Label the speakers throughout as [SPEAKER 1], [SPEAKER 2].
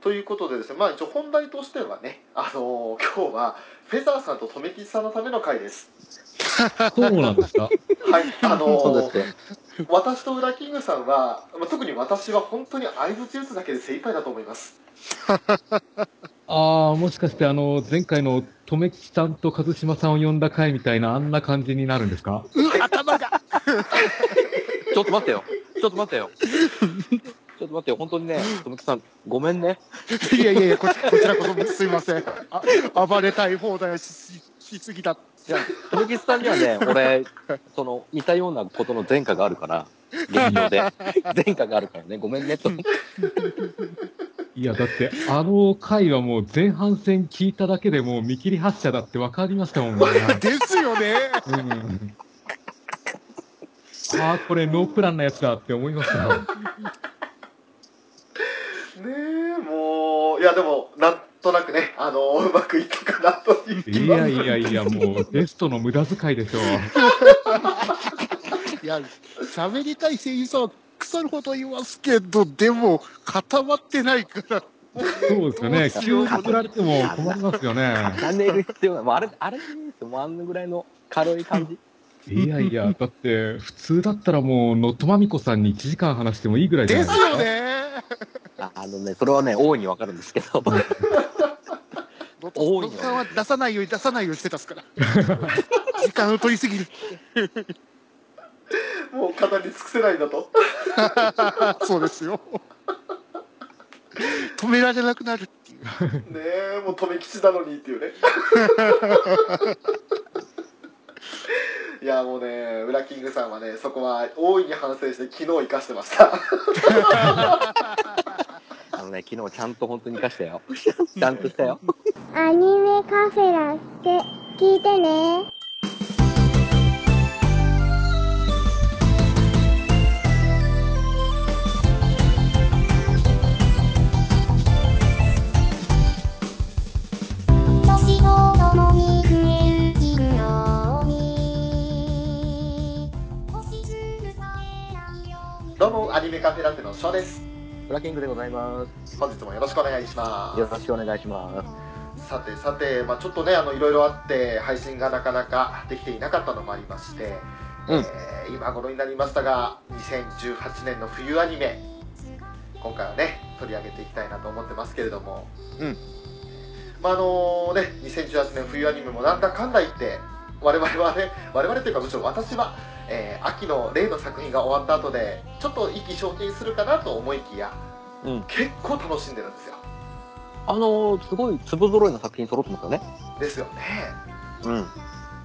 [SPEAKER 1] ということでですね、まあ、一応本題としてはね、あのー今日はフェザーさんと留吉さんのための回です。
[SPEAKER 2] そうなんですか
[SPEAKER 1] はい、あ
[SPEAKER 3] そう
[SPEAKER 1] の
[SPEAKER 3] で
[SPEAKER 1] ー
[SPEAKER 3] すね。
[SPEAKER 1] 私とウラキングさんは、まあ、特に私は本当に相槌打つだけで精一杯だと思います。
[SPEAKER 2] ああ、もしかしてあの、前回の留吉さんと一島さんを呼んだ回みたいな、あんな感じになるんですか
[SPEAKER 4] 頭が
[SPEAKER 3] ちょっと待ってよ。ちょっと待ってよ。ちょっと待ってよ。本当にね、友木さん、ごめんね。
[SPEAKER 4] いやいやいや、こちこちらこそすいません。あ暴れたい放題ししすぎだ。
[SPEAKER 3] じゃあ、友木さんにはね、俺、その、似たようなことの前科があるから、現状で。前科があるからね、ごめんね、と。
[SPEAKER 2] いや、だって、あの回はもう前半戦聞いただけでもう見切り発車だって分かりましたもんね。
[SPEAKER 4] ですよね。
[SPEAKER 2] うん、ああ、これノープランなやつだって思いました。
[SPEAKER 1] ねえ、もう、いや、でも、なんとなくね、あのーうまくいったかなという気
[SPEAKER 2] い
[SPEAKER 1] は
[SPEAKER 2] やいやいや、もうベストの無駄遣いでしょう。
[SPEAKER 4] いや、喋りたい声優さんは腐るほどいますけど、でも固まってないから。
[SPEAKER 2] そうですよね。
[SPEAKER 4] どうし
[SPEAKER 2] 急
[SPEAKER 4] よう
[SPEAKER 2] に振られても困りますよね。
[SPEAKER 3] 重ねる必要が、もうあれ、あれでいいですよ。もうあんぐらいの軽い感じ。
[SPEAKER 2] いやいや、だって、普通だったらもう、のとまみこさんに1時間話してもいいぐらいじゃな
[SPEAKER 4] で
[SPEAKER 2] い
[SPEAKER 4] す
[SPEAKER 2] です
[SPEAKER 4] よ
[SPEAKER 2] か。
[SPEAKER 4] ね。
[SPEAKER 3] ああのね、それはね、大いにわかるんですけ ど。多い
[SPEAKER 4] お
[SPEAKER 3] ね
[SPEAKER 4] 父さんは出さないように出さないようにしてたっ すから。時間を取りすぎる。
[SPEAKER 1] もう語り尽くせないんだと。
[SPEAKER 4] そうですよ。止められなくなるっていう。
[SPEAKER 1] ねえ、もう留吉なのにっていう ね。いや、もうね、ウラキングさんはね、そこは大いに反省して、昨日生かしてました。
[SPEAKER 3] あのね、昨日ちゃんと本当に生かしたよ。ちゃんとしたよ。
[SPEAKER 5] アニメカフェラって聞いてね。年とともに増える金曜日。星つぶされないように
[SPEAKER 1] どうも、アニメカフェラテのショーです。
[SPEAKER 3] ブラキングでございます。
[SPEAKER 1] 本日もよろしくお願いします。
[SPEAKER 3] よろしくお願いします。
[SPEAKER 1] さてさて、まあ、ちょっとねあのいろいろあって配信がなかなかできていなかったのもありまして、
[SPEAKER 3] うん
[SPEAKER 1] えー今頃になりましたが2018年の冬アニメ今回はね取り上げていきたいなと思ってますけれども、
[SPEAKER 3] うん
[SPEAKER 1] まああのね、2018年冬アニメもなんだかんだ言って我々はね我々というかむしろ私は、えー秋の例の作品が終わった後でちょっと意気消沈するかなと思いきや
[SPEAKER 3] うん。
[SPEAKER 1] 結構楽しんでるんですよ
[SPEAKER 3] あのー、すごい粒揃いの作品揃ってますよね。
[SPEAKER 1] ですよね
[SPEAKER 3] うん。
[SPEAKER 1] ね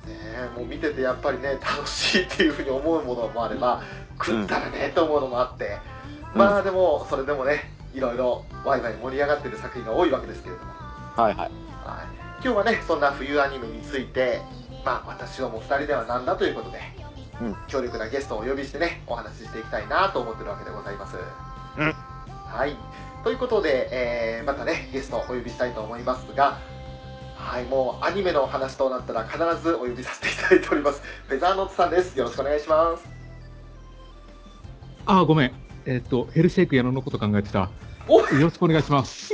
[SPEAKER 1] えもう見ててやっぱりね楽しいっていうふうに思うものもあれば食ったらねと思うのもあって、
[SPEAKER 3] うん
[SPEAKER 1] まあでもそれでもねいろいろワイワイ盛り上がってる作品が多いわけですけれども、
[SPEAKER 3] はいはい。
[SPEAKER 1] はい、今日はねそんな冬アニメについてまあ私はもう2人ではなんだということで、
[SPEAKER 3] うん
[SPEAKER 1] 強力なゲストをお呼びしてねお話ししていきたいなと思ってるわけでございます、
[SPEAKER 4] うん
[SPEAKER 1] はいということで、えーまたねゲストをお呼びしたいと思いますがはいもうアニメのお話となったら必ずお呼びさせていただいておりますフェザーノットさんですよろしくお願いします
[SPEAKER 2] ああ、ごめん。えっ、と、ヘルシェイク矢野のこと考えてた。
[SPEAKER 1] お
[SPEAKER 2] よろしくお願いします。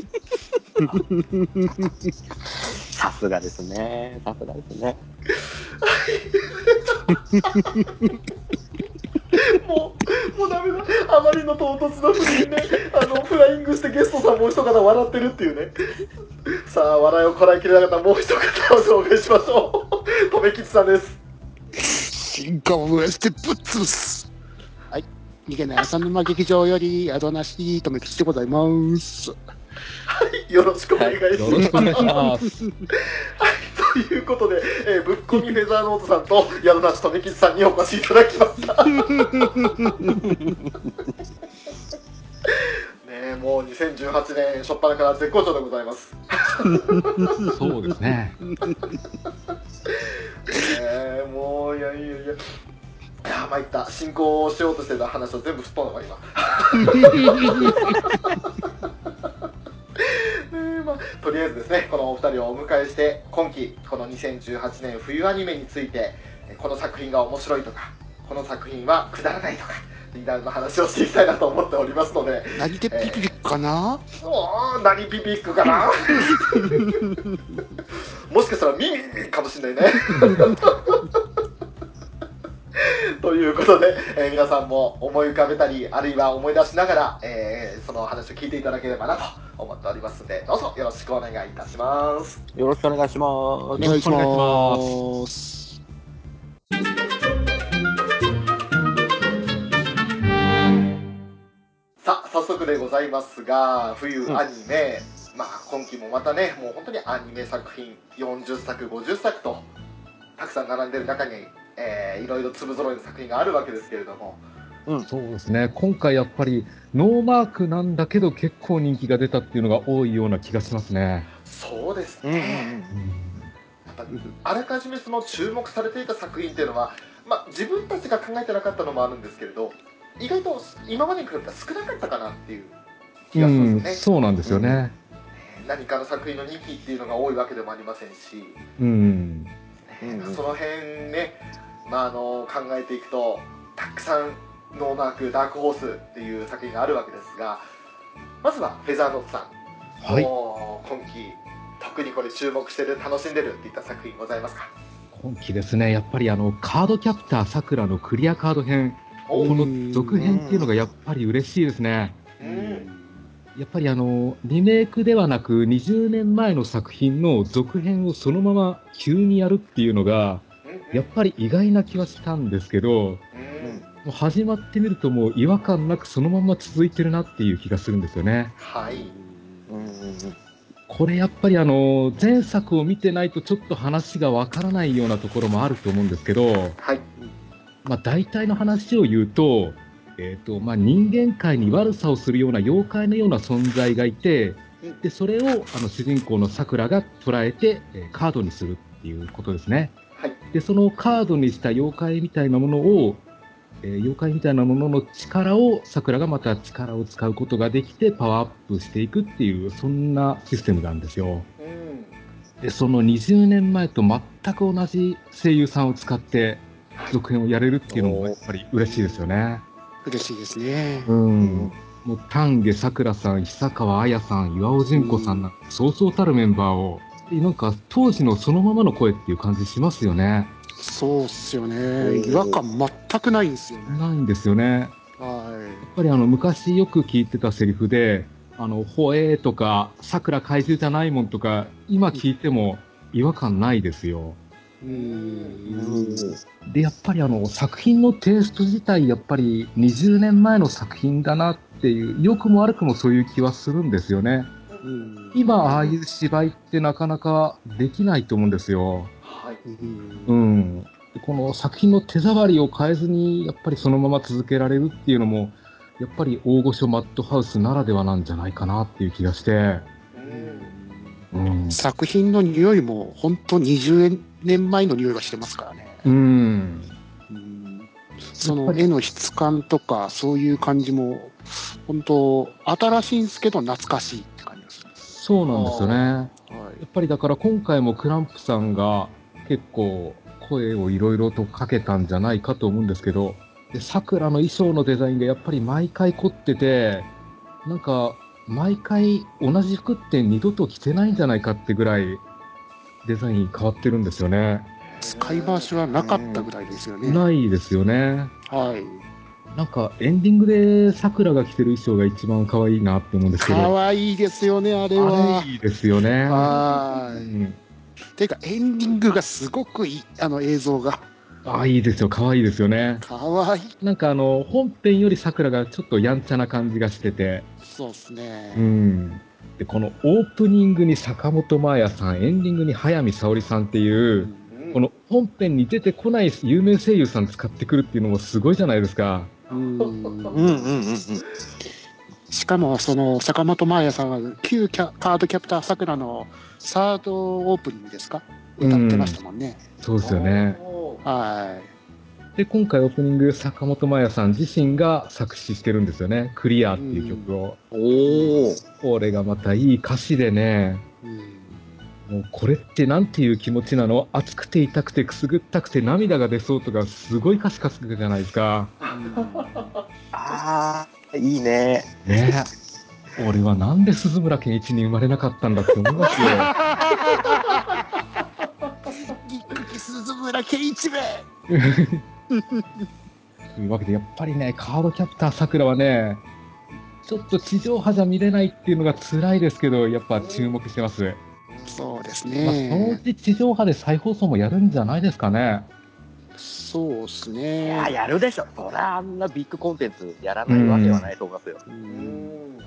[SPEAKER 3] さすがですね。さすがですね。
[SPEAKER 1] もう、もうダメだ。あまりの唐突な振りにね、あの、フライングしてゲストさんもう一方笑ってるっていうね。さあ、笑いをこらえきれなかったもう一方を紹介しましょう。 とめきちさんです。
[SPEAKER 4] 進化を燃やしてぶっ潰すはい逃げない浅沼劇場より宿なしとめきちでございます
[SPEAKER 1] よろしくお願いします。
[SPEAKER 2] よろしくお願いします。
[SPEAKER 1] ということで、えーぶっこみフェザーノートさんと矢野梨とめきちさんにお越しいただきました。ねえ、もう2018年初っ端から絶好調でございます。
[SPEAKER 2] そうですね。
[SPEAKER 1] えー、もういやいやいやいや参った進行をしようとしてた話は全部吹っ飛んだわ今ねえ まあ、とりあえずですねこのお二人をお迎えして今期この2018年冬アニメについてえこの作品が面白いとかこの作品はくだらないとかリーダーの話をしていきたいなと思っておりますので、
[SPEAKER 4] 何でピピピかな、
[SPEAKER 1] おー、何ピピックかなもしかしたらミミミかもしれないね。 ということで、えー皆さんも思い浮かべたり、あるいは思い出しながら、えーそのお話を聞いていただければなと思っておりますので、どうぞよろしくお願いいたします。
[SPEAKER 3] よろしくお願いしま
[SPEAKER 4] お
[SPEAKER 3] す。
[SPEAKER 4] 願いし
[SPEAKER 2] お願
[SPEAKER 4] ます。
[SPEAKER 1] さあ早速でございますが冬
[SPEAKER 2] うん
[SPEAKER 1] アニメ、まあ今期もまたねもう本当にアニメ作品40作50作とたくさん並んでる中に、えーいろいろ粒揃いの作品があるわけですけれども
[SPEAKER 2] そうですね、今回やっぱりノーマークなんだけど結構人気が出たっていうのが多いような気がしますね。
[SPEAKER 1] そうです
[SPEAKER 3] うんうんう
[SPEAKER 1] ね、
[SPEAKER 3] ん
[SPEAKER 1] やっぱあらかじめその注目されていた作品っていうのは、まあ、自分たちが考えてなかったのもあるんですけれど意外と今までに比べたら少なかったかなっていう気がするん
[SPEAKER 2] ん、
[SPEAKER 1] ですね、
[SPEAKER 2] そうなんですよね。
[SPEAKER 1] 何かの作品の2期っていうのが多いわけでもありませんし
[SPEAKER 2] うん、
[SPEAKER 3] うんうん
[SPEAKER 1] その辺ね、まあ、あの考えていくとたくさん「ノーマークダークホース」っていう作品があるわけですがまずはフェザーノートさん、
[SPEAKER 2] はい、
[SPEAKER 1] もう今季特にこれ注目してる楽しんでるっていった作品ございますか
[SPEAKER 2] 今期ですね、やっぱりあのカードキャプターさくらのクリアカード編、
[SPEAKER 1] おう
[SPEAKER 2] この続編っていうのがやっぱり嬉しいですね。
[SPEAKER 1] うん
[SPEAKER 2] やっぱりあのリメイクではなく20年前の作品の続編をそのまま急にやるっていうのがやっぱり意外な気はしたんですけど
[SPEAKER 1] うん
[SPEAKER 2] もう始まってみるともう違和感なくそのまま続いてるなっていう気がするんですよね。
[SPEAKER 1] はい
[SPEAKER 3] うんうん
[SPEAKER 2] これやっぱりあの前作を見てないとちょっと話がわからないようなところもあると思うんですけど、
[SPEAKER 1] はい
[SPEAKER 2] まあ、大体の話を言うと,、えーとまあ、人間界に悪さをするような妖怪のような存在がいて
[SPEAKER 1] うん
[SPEAKER 2] でそれをあの主人公のさくらが捉えて、えーカードにするっていうことですね
[SPEAKER 1] はい
[SPEAKER 2] でそのカードにした妖怪みたいなものを、えー妖怪みたいなものの力をさくらがまた力を使うことができてパワーアップしていくっていうそんなシステムなんですよ
[SPEAKER 1] うん
[SPEAKER 2] でその20年前と全く同じ声優さんを使って
[SPEAKER 1] はい
[SPEAKER 2] 続編をやれるっていうのもやっぱり嬉しいですよね。
[SPEAKER 4] 嬉しいですね。
[SPEAKER 2] うん、もう丹下さくらさん、久川綾さん、岩尾純子さんな、そうそうたるメンバーを、なんか当時のそのままの声っていう感じしますよね。
[SPEAKER 4] そうっすよね。違和感全くないんですよね。
[SPEAKER 2] ないんですよね。
[SPEAKER 4] は
[SPEAKER 2] やっぱりあの昔よく聞いてたセリフで、あの、ほえーとか、さくら怪獣じゃないもんとか、今聞いても違和感ないですよ。
[SPEAKER 4] い。うん。
[SPEAKER 2] で、やっぱりあの、作品のテイスト自体、やっぱり20年前の作品だなっていう、良くも悪くもそういう気はするんですよね。
[SPEAKER 4] うん。
[SPEAKER 2] 今、ああいう芝居ってなかなかできないと思うんですよ。
[SPEAKER 1] はい
[SPEAKER 4] うん
[SPEAKER 2] うん。でこの作品の手触りを変えずに、やっぱりそのまま続けられるっていうのも、やっぱり大御所マッドハウスならではなんじゃないかなっていう気がして。
[SPEAKER 1] うん
[SPEAKER 2] うん。
[SPEAKER 4] 作品の匂いも本当20年前の匂いがしてますからね、
[SPEAKER 2] うん。
[SPEAKER 4] うんその絵の質感とかそういう感じも本当新しいんですけど懐かしいって感じです
[SPEAKER 2] そうなんですよね。
[SPEAKER 4] る、は
[SPEAKER 2] やっぱりだから今回もクランプさんが結構声をいろいろとかけたんじゃないかと思うんですけど、で、桜の衣装のデザインがやっぱり毎回凝ってて、なんか毎回同じ服って二度と着てないんじゃないかってぐらいデザイン変わってるんですよね。
[SPEAKER 4] い、使い回しはなかったぐらいですよね、
[SPEAKER 2] ないですよね。
[SPEAKER 4] はい
[SPEAKER 2] なんかエンディングで桜が着てる衣装が一番可愛いなって思うんですけど。
[SPEAKER 4] 可愛いですよねあれ
[SPEAKER 2] あ
[SPEAKER 4] は
[SPEAKER 2] れいいですよね。
[SPEAKER 4] は
[SPEAKER 2] う
[SPEAKER 4] い
[SPEAKER 2] ん
[SPEAKER 4] ていうかエンディングがすごくいいあの映像が
[SPEAKER 2] あ、いいですよ。可愛いですよね。
[SPEAKER 4] 可愛い
[SPEAKER 2] なんかあの本編よりさくらがちょっとやんちゃな感じがしてて、
[SPEAKER 4] そうです
[SPEAKER 2] う
[SPEAKER 4] ね、
[SPEAKER 2] ん、でこのオープニングに坂本真綾さんエンディングに早見沙織さんっていう、この本編に出てこない有名声優さん使ってくるっていうのもすごいじゃないですか。
[SPEAKER 4] うん
[SPEAKER 3] うんうんうんうん
[SPEAKER 4] しかもその坂本真綾さんは旧キャカードキャプターさくらのサードオープニングですか歌ってましたもんね、
[SPEAKER 2] そうですよね。
[SPEAKER 1] おー
[SPEAKER 4] は
[SPEAKER 2] で今回オープニング坂本真綾さん自身が作詞してるんですよね。クリアっていう曲を。
[SPEAKER 3] おお。
[SPEAKER 2] これがまたいい歌詞でね。
[SPEAKER 4] い、うん
[SPEAKER 2] もうこれってなんていう気持ちなの熱くて痛くてくすぐったくて涙が出そうとかすごいカスカスじゃないですか。
[SPEAKER 3] ああ、いいね。
[SPEAKER 2] ねえ。俺はなんで鈴村健一に生まれなかったんだって思い ますよ。
[SPEAKER 4] ギックキ鈴村健一め
[SPEAKER 2] というわけでやっぱりねカードキャプターさくらはねちょっと地上波じゃ見れないっていうのが辛いですけどやっぱ注目してます、
[SPEAKER 4] そうです
[SPEAKER 2] まあ、そのう
[SPEAKER 4] ね。
[SPEAKER 2] ち地上波で再放送もやるんじゃないですかね
[SPEAKER 4] そうです
[SPEAKER 3] いや、
[SPEAKER 4] ね。
[SPEAKER 3] やるでしょ。そりゃあんなビッグコンテンツやらないわけはないと思いますよ。
[SPEAKER 4] う
[SPEAKER 1] うんん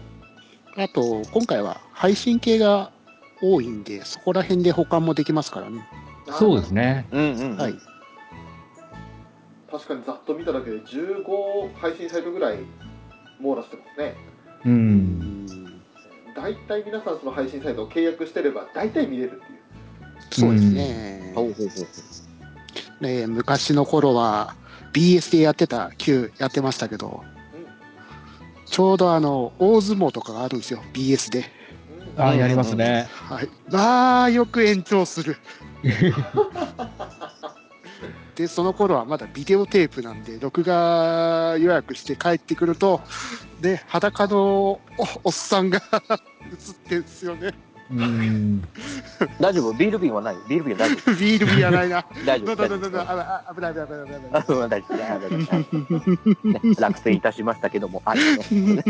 [SPEAKER 4] あと、今回は配信系が多いんで、そこら辺で保管もできますからね。
[SPEAKER 2] そうですね
[SPEAKER 3] うんうんうん。
[SPEAKER 4] はい。
[SPEAKER 1] 確かにざっと見ただけで15配信サイトぐらい網羅してますね
[SPEAKER 2] う
[SPEAKER 4] うんん
[SPEAKER 1] 大体皆さんその配信サイトを契約してれば大体見れるっていう
[SPEAKER 4] そうですね。
[SPEAKER 3] ほうほうほう
[SPEAKER 4] ねえ昔の頃は BS でやってた Q やってましたけど、
[SPEAKER 1] うん
[SPEAKER 4] ちょうどあの大相撲とかがあるんですよ BS で、
[SPEAKER 1] うん
[SPEAKER 2] あやりますね
[SPEAKER 4] はい、ああよく延長するでその頃はまだビデオテープなんで録画予約して帰ってくるとで裸のおおっさんが 映ってるんですよね
[SPEAKER 2] うん
[SPEAKER 3] 大丈夫ビール瓶はないビール瓶大丈
[SPEAKER 4] ビールビアないな
[SPEAKER 3] 夫大丈
[SPEAKER 4] な
[SPEAKER 3] 夫大
[SPEAKER 4] な
[SPEAKER 3] 丈
[SPEAKER 4] なな
[SPEAKER 3] 夫
[SPEAKER 4] なああ危ない危ない危ない危ない危ない
[SPEAKER 3] あそう大丈夫大丈夫ね落選いたしましたけども、はいね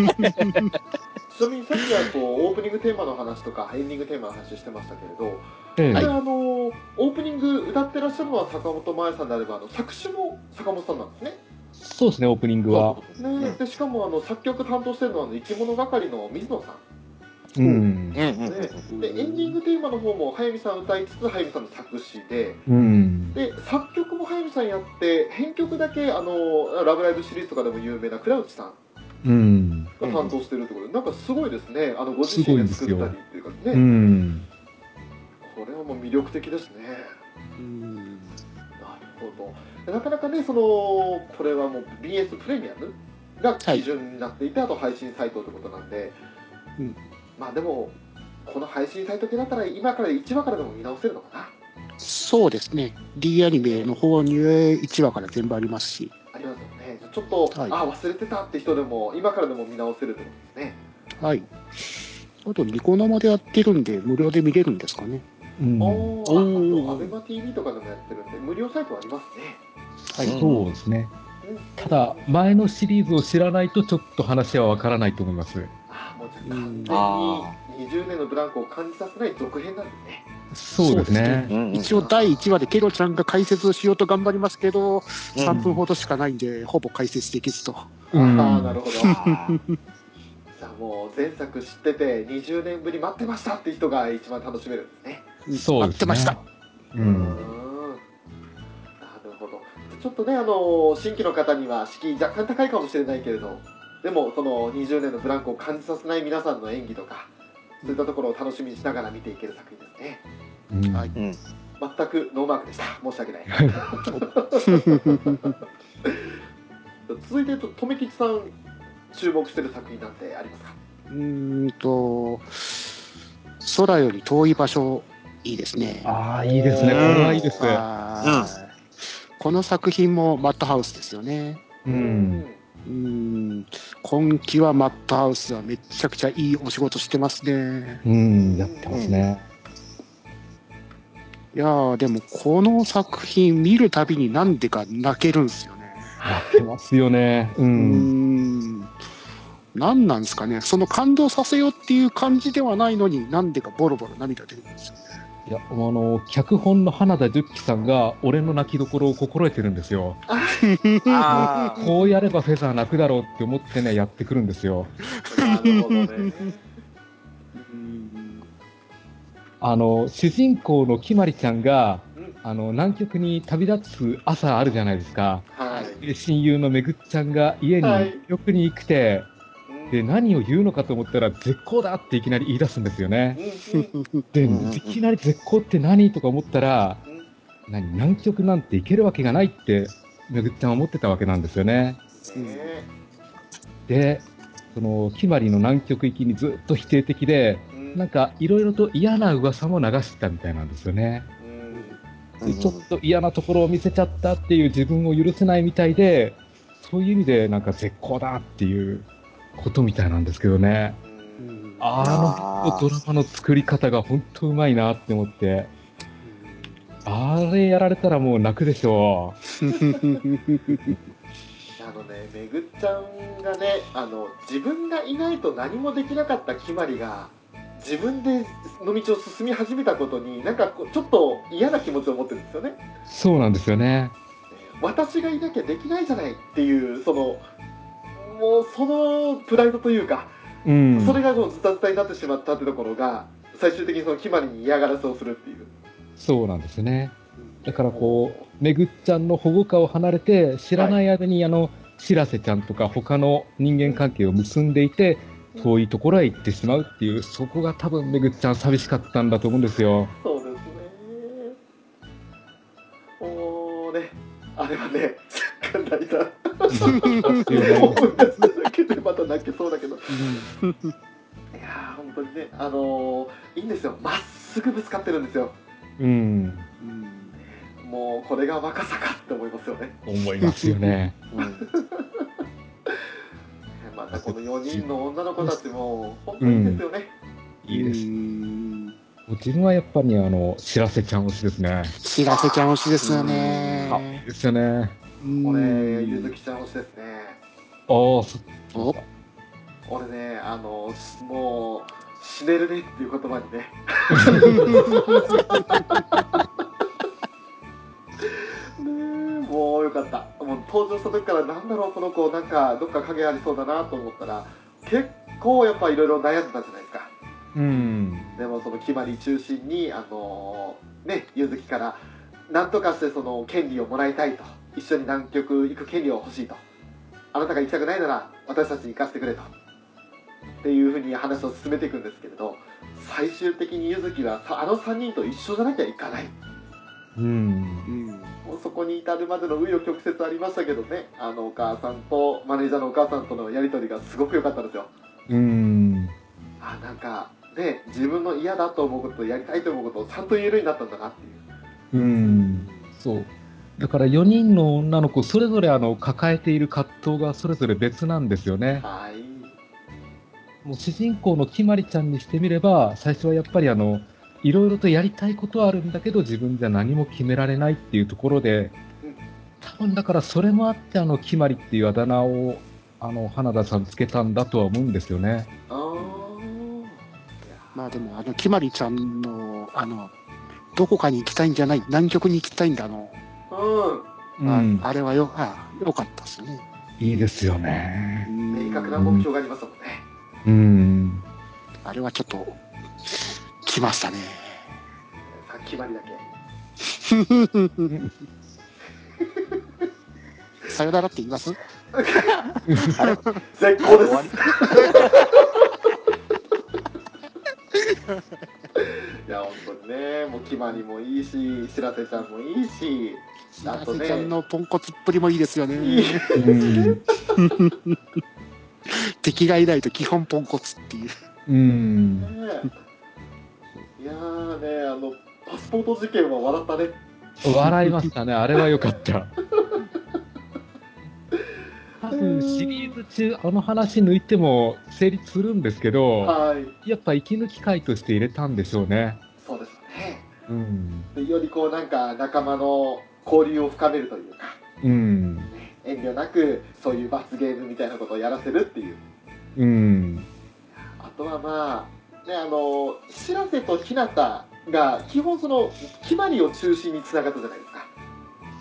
[SPEAKER 1] ちなみにさっきはこうオープニングテーマの話とかエンディングテーマの話してましたけれど、
[SPEAKER 2] ええ
[SPEAKER 1] これあのオープニング歌ってらっしゃるのは坂本真綾さんであればあの作詞も坂本さんなんですね
[SPEAKER 2] そうですねオープニングは
[SPEAKER 1] ねでしかもあの作曲担当してるのはあの生き物係の水野さ
[SPEAKER 2] う
[SPEAKER 4] うん
[SPEAKER 3] うんうんうん
[SPEAKER 1] んねでエンディングテーマの方も速水さん歌いつつ速水さんの作詞で
[SPEAKER 2] うん
[SPEAKER 1] で作曲も速水さんやって編曲だけあの「ラブライブ!」シリーズとかでも有名な倉内さん
[SPEAKER 2] うん
[SPEAKER 1] が担当してるってことで、なんかすごいですねあのご自身で作ったりっていうか
[SPEAKER 2] う
[SPEAKER 1] ね
[SPEAKER 2] ん
[SPEAKER 1] これはもう魅力的ですね
[SPEAKER 4] うん
[SPEAKER 1] なるほどなかなかねそのこれはもう BS プレミアムが基準になっていて、あと配信サイトってことなんで、
[SPEAKER 4] うん
[SPEAKER 1] まあでもこの配信サイト系だったら今から1話からでも見直せるのかな
[SPEAKER 4] そうですね。D アニメの方に1話から全部ありますし、
[SPEAKER 1] ありますよねちょっと、
[SPEAKER 4] はい
[SPEAKER 1] あ忘れてたって人でも今からでも見直せるってことですね
[SPEAKER 4] はい。あと、ニコ生でやってるんで、無料で見れるんですかね。
[SPEAKER 2] うん
[SPEAKER 1] お
[SPEAKER 4] う
[SPEAKER 1] ーあ
[SPEAKER 4] ん
[SPEAKER 1] あとアベマ t v とかでもやってるんで無料サイトはありますね
[SPEAKER 4] はい。
[SPEAKER 2] そうですね
[SPEAKER 1] うん
[SPEAKER 2] ただ前のシリーズを知らないとちょっと話はわからないと思います
[SPEAKER 1] あーもうじゃあ
[SPEAKER 4] うん
[SPEAKER 1] 完全に20年のブランクを感じさせない続編なんですね
[SPEAKER 2] そうですね
[SPEAKER 3] うんうん
[SPEAKER 4] 一応、第1話でケロちゃんが解説をしようと頑張りますけど、
[SPEAKER 3] うん
[SPEAKER 4] 3分ほどしかないんで、ほぼ解説できずと。
[SPEAKER 2] うん
[SPEAKER 1] ああなるほど
[SPEAKER 3] あー
[SPEAKER 1] じゃあもう前作知ってて20年ぶり待ってましたって人が一番楽しめるんですね
[SPEAKER 2] そう
[SPEAKER 4] 待
[SPEAKER 2] で
[SPEAKER 4] って
[SPEAKER 2] すね
[SPEAKER 4] ました。
[SPEAKER 2] う
[SPEAKER 1] うーん
[SPEAKER 2] ん
[SPEAKER 1] なるほどちょっとねあの新規の方には敷居若干高いかもしれないけれどでもその20年のブランクを感じさせない皆さんの演技とかそういったところを楽しみにしながら見ていける作品ですね
[SPEAKER 2] うん
[SPEAKER 4] は
[SPEAKER 3] う
[SPEAKER 4] い
[SPEAKER 3] ん
[SPEAKER 1] 全くノーマークでした申し訳 ない続いてと留吉さん注目してる作品なんてありますか
[SPEAKER 4] うーんと、空より遠い場所、いいですね。
[SPEAKER 2] ああ、いいですね。これはいいです。
[SPEAKER 4] はいこの作品もマットハウスですよね。
[SPEAKER 2] う。
[SPEAKER 1] うん
[SPEAKER 4] うーん今期はマットハウスはめっちゃくちゃいいお仕事してますね。
[SPEAKER 2] うん、やってますね。
[SPEAKER 4] いやーでもこの作品見るたびになんでか泣けるんですよね。
[SPEAKER 2] やってますよね。う
[SPEAKER 4] うー
[SPEAKER 2] ん。
[SPEAKER 4] ん。何なんですかね。その感動させようっていう感じではないのになんでかボロボロ涙出るんですよね。
[SPEAKER 2] いや、あの、脚本の花田十喜さんが、俺の泣きどころを心得てるんですよ。
[SPEAKER 3] あー
[SPEAKER 2] こうやればフェザー泣くだろうって思ってね、やってくるんですよ。
[SPEAKER 1] なるほどね
[SPEAKER 2] あの、主人公のきまりちゃんが
[SPEAKER 1] うん、
[SPEAKER 2] あの、南極に旅立つ朝あるじゃないですか。
[SPEAKER 1] はい
[SPEAKER 2] で親友のめぐっちゃんが家に
[SPEAKER 1] はい
[SPEAKER 2] よくに行くて、
[SPEAKER 1] うん
[SPEAKER 2] で、何を言うのかと思ったら、絶好だっていきなり言い出すんですよね。
[SPEAKER 1] うんうん
[SPEAKER 2] で、
[SPEAKER 3] うんうんうん
[SPEAKER 2] いきなり絶好って何とか思ったら、
[SPEAKER 1] うん
[SPEAKER 2] 何南極なんて行けるわけがないって、めぐっちゃんは思ってたわけなんですよね。
[SPEAKER 1] ね
[SPEAKER 2] で、その、きまりの南極行きにずっと否定的で、
[SPEAKER 1] うん
[SPEAKER 2] なんかいろいろと嫌な噂も流してたみたいなんですよね。
[SPEAKER 1] うん
[SPEAKER 3] うん
[SPEAKER 2] ちょっと嫌なところを見せちゃったっていう自分を許せないみたいで、そういう意味でなんか絶好だっていうことみたいなんですけどね。
[SPEAKER 4] うん
[SPEAKER 2] あのドラマの作り方が本当うまいなって思って、あれやられたらもう泣くでしょ
[SPEAKER 1] あのね、めぐっちゃんがねあの自分がいないと何もできなかった決まりが自分での道を進み始めたことになんかこうちょっと嫌な気持ちを持ってるんですよね
[SPEAKER 2] う。そうなんですよね。
[SPEAKER 1] 私がいなきゃできないじゃないっていうそのもうそのプライドというか、
[SPEAKER 2] うん。
[SPEAKER 1] それがもうズタズタになってしまったってところが最終的にその決まりに嫌がらせをするっていう
[SPEAKER 2] そうなんですね。だからこう、めぐっちゃんの保護下を離れて、知らない間に、あの、しらせちゃんとか他の人間関係を結んでいて、遠いところへ行ってしまうっていう、そこが多分めぐっちゃん寂しかったんだと思うんですよ。
[SPEAKER 1] そうですねもうねあれはね若干泣いた思い出すだけでまた泣けそうだけどいやー本当にねあのーいいんですよまっすぐぶつかってるんですよ
[SPEAKER 2] うん。
[SPEAKER 1] もうこれが若さかって思いますよね
[SPEAKER 2] 思いますよね。
[SPEAKER 1] またこの4人の女の子たちも本当にいいですよね、
[SPEAKER 2] いいです。
[SPEAKER 4] す。
[SPEAKER 2] もう自分はやっぱりあの、しらせちゃん推しですね。
[SPEAKER 4] 知らせちゃん推しですよね。
[SPEAKER 2] ですよね。
[SPEAKER 4] こ
[SPEAKER 1] 俺ゆずきちゃん推しですね
[SPEAKER 2] ああ、そ
[SPEAKER 4] お
[SPEAKER 1] 俺ねあのーもう死ねるねっていう言葉にねねえもうよかったもう登場した時からなんだろうこの子なんかどっか影ありそうだなと思ったら結構やっぱいろいろ悩んでたじゃないですか
[SPEAKER 2] うん。
[SPEAKER 1] でもその決まり中心にあのーねゆずきから何とかしてその権利をもらいたいと一緒に南極行く権利を欲しいとあなたが行きたくないなら私たちに行かせてくれとっていうふうに話を進めていくんですけれど最終的にゆずきはさあの3人と一緒じゃなきゃいかない
[SPEAKER 2] うん。
[SPEAKER 1] もうそこに至るまでの紆余曲折ありましたけどねあのお母さんとマネージャーのお母さんとのやり取りがすごく良かったですよ
[SPEAKER 2] うん。
[SPEAKER 1] あなんかね自分の嫌だと思うことやりたいと思うことをちゃんと言えるようになったんだなっていう
[SPEAKER 2] うん。そう。だから4人の女の子、それぞれあの、抱えている葛藤がそれぞれ別なんですよね。
[SPEAKER 1] はい
[SPEAKER 2] もう主人公のきまりちゃんにしてみれば、最初はやっぱりあの、いろいろとやりたいことはあるんだけど、自分じゃ何も決められないっていうところで
[SPEAKER 1] うん、
[SPEAKER 2] 多分だからそれもあって、あの、きまりっていうあだ名を、あの、花田さんつけたんだとは思うんですよね。
[SPEAKER 1] あー
[SPEAKER 4] まあでもあのきまりちゃんのあのどこかに行きたいんじゃない南極に行きたいんだの、
[SPEAKER 2] うん。
[SPEAKER 4] あれはよあよかったですね。
[SPEAKER 2] いいですよね。
[SPEAKER 1] うん明確な目標がありますもんね
[SPEAKER 2] うん。
[SPEAKER 4] あれはちょっと来ましたね。
[SPEAKER 1] さっきまりだけ
[SPEAKER 4] さよならって言います？
[SPEAKER 1] 絶好です
[SPEAKER 3] 終わり
[SPEAKER 1] いや本当にねもう決まりもいいし白瀬ちゃんもいいし
[SPEAKER 4] しらせちゃんのポンコツっぷりもいいですよ
[SPEAKER 1] いい
[SPEAKER 4] ね。
[SPEAKER 2] うん。
[SPEAKER 4] 敵がいないと基本ポンコツっていう。
[SPEAKER 2] うん。
[SPEAKER 1] ねいやーねあのパスポート事件は笑ったね
[SPEAKER 2] 笑いましたね。あれは良かった。多分シリーズ中、あの話抜いても成立するんですけど、
[SPEAKER 1] はい
[SPEAKER 2] やっぱ息抜き会として入れたんでしょうね。
[SPEAKER 1] そうですね
[SPEAKER 2] うん。
[SPEAKER 1] でよりこうなんか仲間の交流を深めるというか
[SPEAKER 2] うん。
[SPEAKER 1] 遠慮なくそういう罰ゲームみたいなことをやらせるっていう
[SPEAKER 2] うん。
[SPEAKER 1] あとはまあねあの白瀬と日向が基本その決まりを中心につながったじゃないですか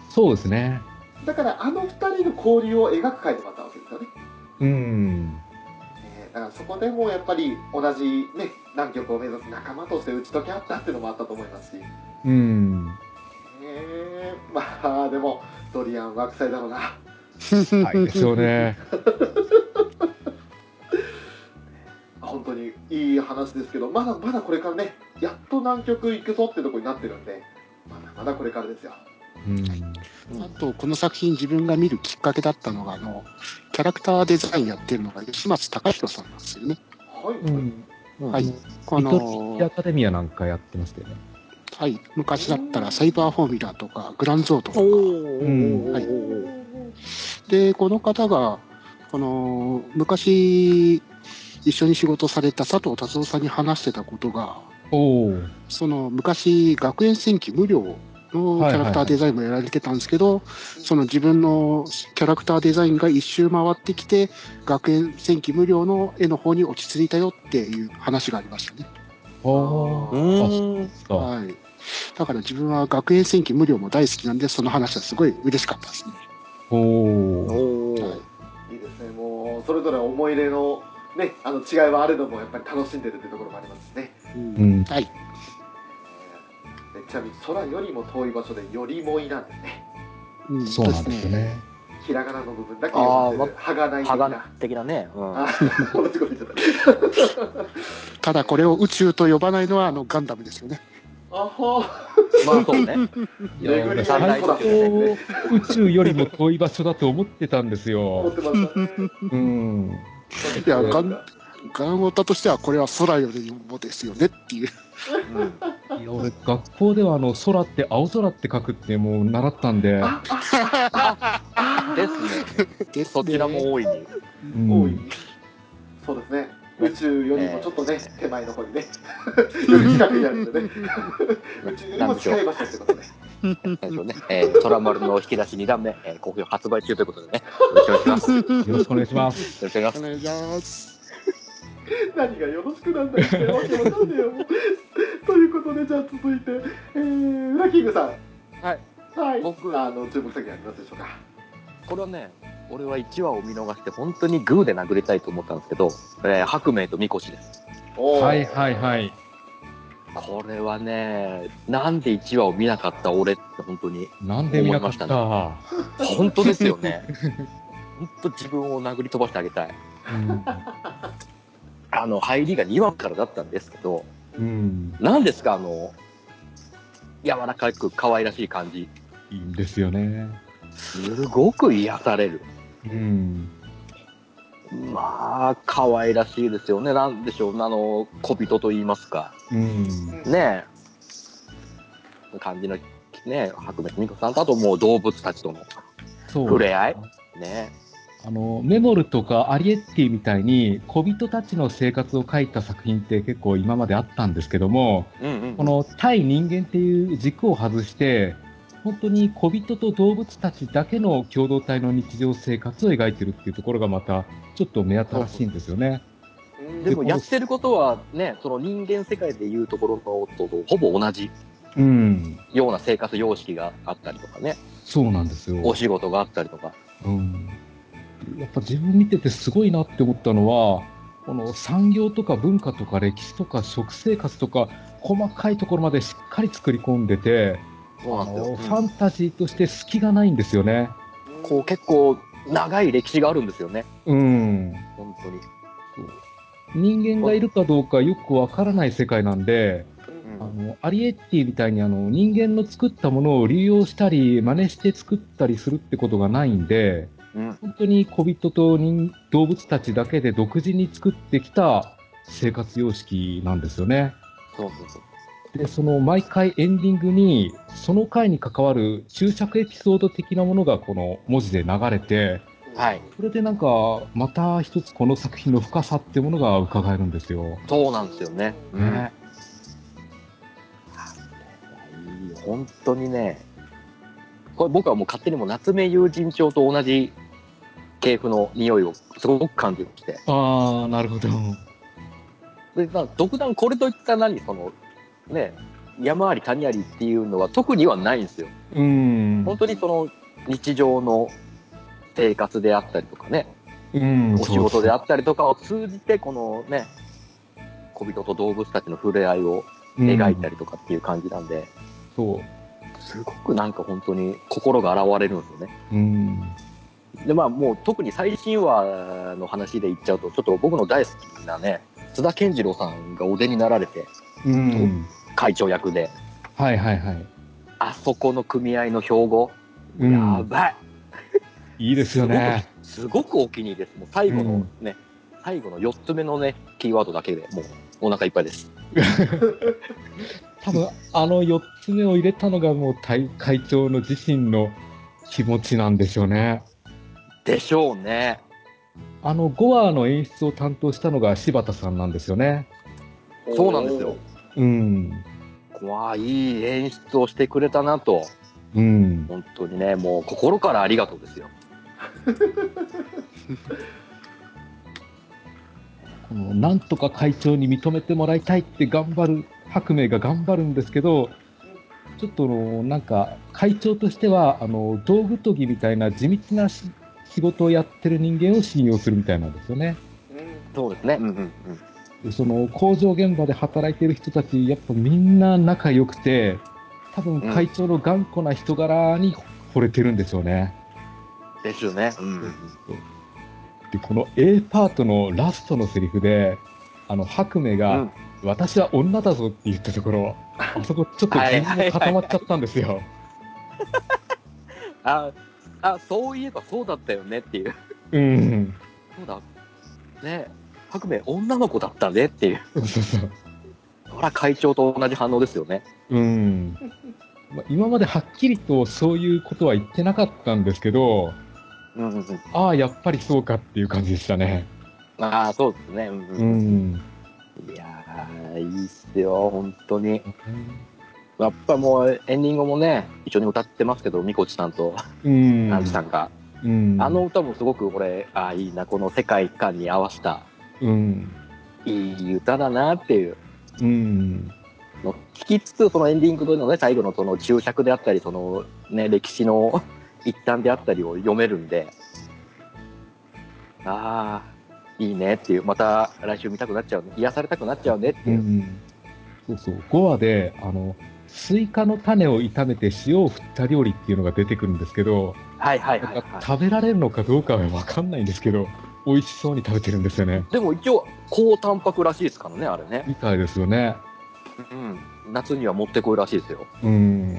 [SPEAKER 2] そうですね。
[SPEAKER 1] だからあの二人の交流を描く回でもあったわけですよね
[SPEAKER 2] うん。
[SPEAKER 1] えーだからそこでもうやっぱり同じね南極を目指す仲間として打ち解け合ったっていうのもあったと思いますし、
[SPEAKER 2] うん。
[SPEAKER 1] えーまあでもドリアンは臭いだろうな
[SPEAKER 2] はい、ですよね。
[SPEAKER 1] 本当にいい話ですけどまだまだこれからねやっと南極行くぞってとこになってるんでまだまだこれからですよ
[SPEAKER 2] うん。
[SPEAKER 4] あとこの作品自分が見るきっかけだったのがあのキャラクターデザインやってるのが吉松隆弘さんなんですよね。
[SPEAKER 1] はい、
[SPEAKER 2] うん。
[SPEAKER 4] はい。こ
[SPEAKER 2] リトルシティ
[SPEAKER 4] の
[SPEAKER 2] ア、カデミアなんかやってますけどね。
[SPEAKER 4] はい。昔だったらサイバーフォーミュラとか、グランゾート
[SPEAKER 3] お
[SPEAKER 4] とか。
[SPEAKER 3] お
[SPEAKER 2] うん
[SPEAKER 4] はい
[SPEAKER 3] お
[SPEAKER 4] で、この方が、この、昔、一緒に仕事された佐藤達夫さんに話してたことが、
[SPEAKER 2] おお。
[SPEAKER 4] その昔学園戦記無料のキャラクターデザインもやられてたんですけど、その自分のキャラクターデザインが一周回ってきて学園戦記無料の絵の方に落ち着いたよっていう話がありましたね。
[SPEAKER 2] あ
[SPEAKER 3] う
[SPEAKER 2] あ。
[SPEAKER 3] ん
[SPEAKER 2] そう
[SPEAKER 4] はい。だから自分は学園戦記無料も大好きなんで、その話はすごい嬉しかったですね。
[SPEAKER 2] おお。
[SPEAKER 3] お
[SPEAKER 4] はい
[SPEAKER 3] ー
[SPEAKER 1] いいですねもうそれぞれ思い入れのねあの違いはあれどもやっぱり楽しんでるってところもありますしね
[SPEAKER 4] うん
[SPEAKER 2] うん。
[SPEAKER 4] はい。
[SPEAKER 1] えーちなみに空よりも遠い場所でよりもいなんですね
[SPEAKER 4] うん
[SPEAKER 2] そうなんですよ。
[SPEAKER 4] そうで
[SPEAKER 2] ね。
[SPEAKER 1] ひらがなの部分だけ読んでる歯がない的
[SPEAKER 3] ハガ
[SPEAKER 1] な
[SPEAKER 3] 的なね。うん
[SPEAKER 1] あー同じこと言っちゃった
[SPEAKER 4] すただこれを宇宙と呼ばないのはあのガンダムですよね。
[SPEAKER 1] あほー
[SPEAKER 3] まあそうね。
[SPEAKER 2] いや、俺、最
[SPEAKER 1] 巡り合い
[SPEAKER 2] 初
[SPEAKER 1] の空ですね
[SPEAKER 2] 宇宙よりも遠い場所だと思ってたんです
[SPEAKER 1] 思っ
[SPEAKER 2] よ。
[SPEAKER 1] てましたね
[SPEAKER 2] うん。
[SPEAKER 4] いやガンガンオタとしてはこれは空よりもですよねっていう。
[SPEAKER 3] うん
[SPEAKER 2] いや、俺、学校では、あの、空って、青空って書くって、もう習ったんで。
[SPEAKER 1] ああ
[SPEAKER 3] ですね。
[SPEAKER 4] ですね
[SPEAKER 3] そちらも多いに。
[SPEAKER 2] うん
[SPEAKER 1] 多いそうですね宇宙よりもちょっとね
[SPEAKER 3] えー
[SPEAKER 1] 手前の方にね より近くにあるんでね宇宙よりも近い場所ってことね
[SPEAKER 3] 最初ね、えー、虎丸の引き出し2段目、えー、好評発売中ということでね、よろしくお願いします。よ
[SPEAKER 2] よろしくお願い します。
[SPEAKER 3] ろしくお願いし
[SPEAKER 4] お
[SPEAKER 3] ま
[SPEAKER 4] 願いします。
[SPEAKER 1] 何がよろしくなんだよってわけわかんねえよもうということでじゃあ続いてえー、ウラキングさん
[SPEAKER 3] はい
[SPEAKER 1] はい
[SPEAKER 3] 僕
[SPEAKER 1] あの注目作ありますでしょうか
[SPEAKER 3] す。これはね、俺は1話を見逃して、本当にグーで殴りたいと思ったんですけど、えー、白明とみこしです。
[SPEAKER 1] おー
[SPEAKER 2] はい、はい、はい。
[SPEAKER 3] これはね、なんで1話を見なかった俺って本当に、
[SPEAKER 2] なんで見なかった。
[SPEAKER 3] 本当ですよね。本当自分を殴り飛ばしてあげたい。あの、入りが2話からだったんですけど、
[SPEAKER 2] うん。うん
[SPEAKER 3] 何ですか、あの、柔らかく可愛らしい感じ。
[SPEAKER 2] いいんですよね。
[SPEAKER 3] すごく癒される。
[SPEAKER 2] うん。
[SPEAKER 3] まあ、可愛らしいですよね。なんでしょう、あの、小人と言いますか。
[SPEAKER 2] うん。
[SPEAKER 3] ねえ。感じの、ね白目みこさんと、あともう動物たちとの
[SPEAKER 2] そう。
[SPEAKER 3] 触れ合い。ね
[SPEAKER 2] あの、メモルとかアリエッティみたいに、小人たちの生活を書いた作品って結構今まであったんですけども、
[SPEAKER 3] え。うんうん。
[SPEAKER 2] この対人間っていう軸を外して、本当に小人と動物たちだけの共同体の日常生活を描いてるっていうところがまた、ちょっと目新しいんですよね。
[SPEAKER 1] うん
[SPEAKER 3] でもやってることはね、その人間世界でいうところのとほぼ同じ
[SPEAKER 2] うん。
[SPEAKER 3] ような生活様式があったりとかね、
[SPEAKER 2] そうなんですよ。
[SPEAKER 3] お仕事があったりとか。
[SPEAKER 2] うん、やっぱ自分見ててすごいなって思ったのはこの産業とか文化とか歴史とか食生活とか細かいところまでしっかり作り込んでて
[SPEAKER 3] そうなんですよ。
[SPEAKER 2] あのファンタジーとして隙がないんですよね。
[SPEAKER 3] こう結構長い歴史があるんですよね、
[SPEAKER 2] うん、
[SPEAKER 3] 本当に。
[SPEAKER 2] 人間がいるかどうかよくわからない世界なんで
[SPEAKER 3] う
[SPEAKER 2] あ
[SPEAKER 3] ん
[SPEAKER 2] のアリエッティみたいにあの人間の作ったものを利用したり真似して作ったりするってことがないんで。
[SPEAKER 3] うん、
[SPEAKER 2] 本当に小人と人動物たちだけで独自に作ってきた生活様式なんですよね。
[SPEAKER 3] そうそうそう。
[SPEAKER 2] で、その毎回エンディングに、その回に関わる注釈エピソード的なものがこの文字で流れて、
[SPEAKER 3] はい
[SPEAKER 2] それでなんか、また一つこの作品の深さってものが伺えるんですよ。
[SPEAKER 3] そうなんですよね。
[SPEAKER 1] う
[SPEAKER 2] ね。
[SPEAKER 3] いい本当にね、これ僕はもう勝手にもう夏目友人帳と同じ系譜の匂いをすごく感じてきて、
[SPEAKER 2] ああ、なるほど。
[SPEAKER 3] でまあ独断これといった何、その、ね、山あり谷ありっていうのは特にはないんですよ。
[SPEAKER 2] うん。
[SPEAKER 3] 本当にその日常の生活であったりとかね、
[SPEAKER 2] うん。
[SPEAKER 3] お仕事であ
[SPEAKER 2] あ
[SPEAKER 3] ったりとかを通じてこのね小人と動物たちの触れ合いを描いたりとかっていう感じなんで、
[SPEAKER 2] そ
[SPEAKER 3] すごくなんか本当に心が洗われるんですよね。
[SPEAKER 2] う。うん。
[SPEAKER 3] でまあもう特に最新話の話で言っちゃうとちょっと僕の大好きなね津田健次郎さんがお出になられて
[SPEAKER 2] うん。
[SPEAKER 3] 会長役で
[SPEAKER 2] はいはいはい。
[SPEAKER 3] あそこの組合の標語、
[SPEAKER 2] う
[SPEAKER 3] や
[SPEAKER 2] ん。
[SPEAKER 3] ばい
[SPEAKER 2] いいですよね。
[SPEAKER 3] すごくお気に入りですもう最後のね、最後の4つ目のねキーワードだけでもうお腹いっぱいです。
[SPEAKER 2] 多分あの4つ目を入れたのがもう大会長の自身の気持ちなんでしょうね。
[SPEAKER 3] でしょうね。
[SPEAKER 2] あの5話の演出を担当したのが柴田さんなんですよね。
[SPEAKER 3] そうなんですよ。
[SPEAKER 2] うん。
[SPEAKER 3] まあ、いい演出をしてくれたなと。
[SPEAKER 2] うん。
[SPEAKER 3] 本当にね、もう心からありがとうですよ。
[SPEAKER 2] このなんとか会長に認めてもらいたいって頑張る、白明が頑張るんですけど、ちょっとあのなんか会長としてはあの道具研ぎみたいな地道なし仕事をやってる人間を信用するみたいなんですよね。
[SPEAKER 3] そうですね。うんうんうん。
[SPEAKER 2] でその工場現場で働いてる人たち、やっぱみんな仲良くて、多分会長の頑固な人柄に惚れてるんですよね。
[SPEAKER 3] ですよね。うんうん
[SPEAKER 2] で、この A パートのラストのセリフで、あの、白目
[SPEAKER 3] う
[SPEAKER 2] が、
[SPEAKER 3] ん。
[SPEAKER 2] 私は女だぞって言ったところ、あそこちょっと
[SPEAKER 3] はい
[SPEAKER 2] 自分も固まっちゃったんですよ。
[SPEAKER 3] あ、あ、そういえばそうだったよねっていう。
[SPEAKER 2] うん。
[SPEAKER 3] そうだ。ね。白明、女の子だったねっていう。
[SPEAKER 2] そうそうそう。
[SPEAKER 3] ほら、会長と同じ反応ですよね。
[SPEAKER 2] うん。まあ今まではっきりとそういうことは言ってなかったんですけど、
[SPEAKER 3] うんうんうん。
[SPEAKER 2] ああ、やっぱりそうかっていう感じでしたね。
[SPEAKER 3] ああ、そうですね。うん
[SPEAKER 2] う
[SPEAKER 3] うん。
[SPEAKER 2] ん。
[SPEAKER 3] いやー、いいっすよ、本当に。やっぱもう、エンディングもね、一緒に歌ってますけど、みこちさんと、
[SPEAKER 2] うん。
[SPEAKER 3] アンジさんが。
[SPEAKER 2] うん、
[SPEAKER 3] あの、歌もすごくこれ、ああ、いいな、この世界観に合わせた、
[SPEAKER 2] うん、
[SPEAKER 3] いい歌だなっていう。
[SPEAKER 2] うん、
[SPEAKER 3] のを聞きつつそのエンディングのね最後のその注釈であったりそのね歴史の 一端であったりを読めるんでああいいねっていうまた来週見たくなっちゃうね癒されたくなっちゃうねって
[SPEAKER 2] う
[SPEAKER 3] いう、
[SPEAKER 2] ん。そうそう、5話で、あの、スイカの種を炒めて塩を振った料理っていうのが出てくるんですけど、
[SPEAKER 3] はいはい
[SPEAKER 2] な
[SPEAKER 3] は
[SPEAKER 2] ん
[SPEAKER 3] い、は
[SPEAKER 2] か食べられるのかどうかはわかんないんですけど、美味しそうに食べてるんですよね。
[SPEAKER 3] い、でも一応高タンパクらしいですからねあれね、
[SPEAKER 2] みたいですよね。
[SPEAKER 3] うん、夏には持ってこいらしいですよ
[SPEAKER 2] うん。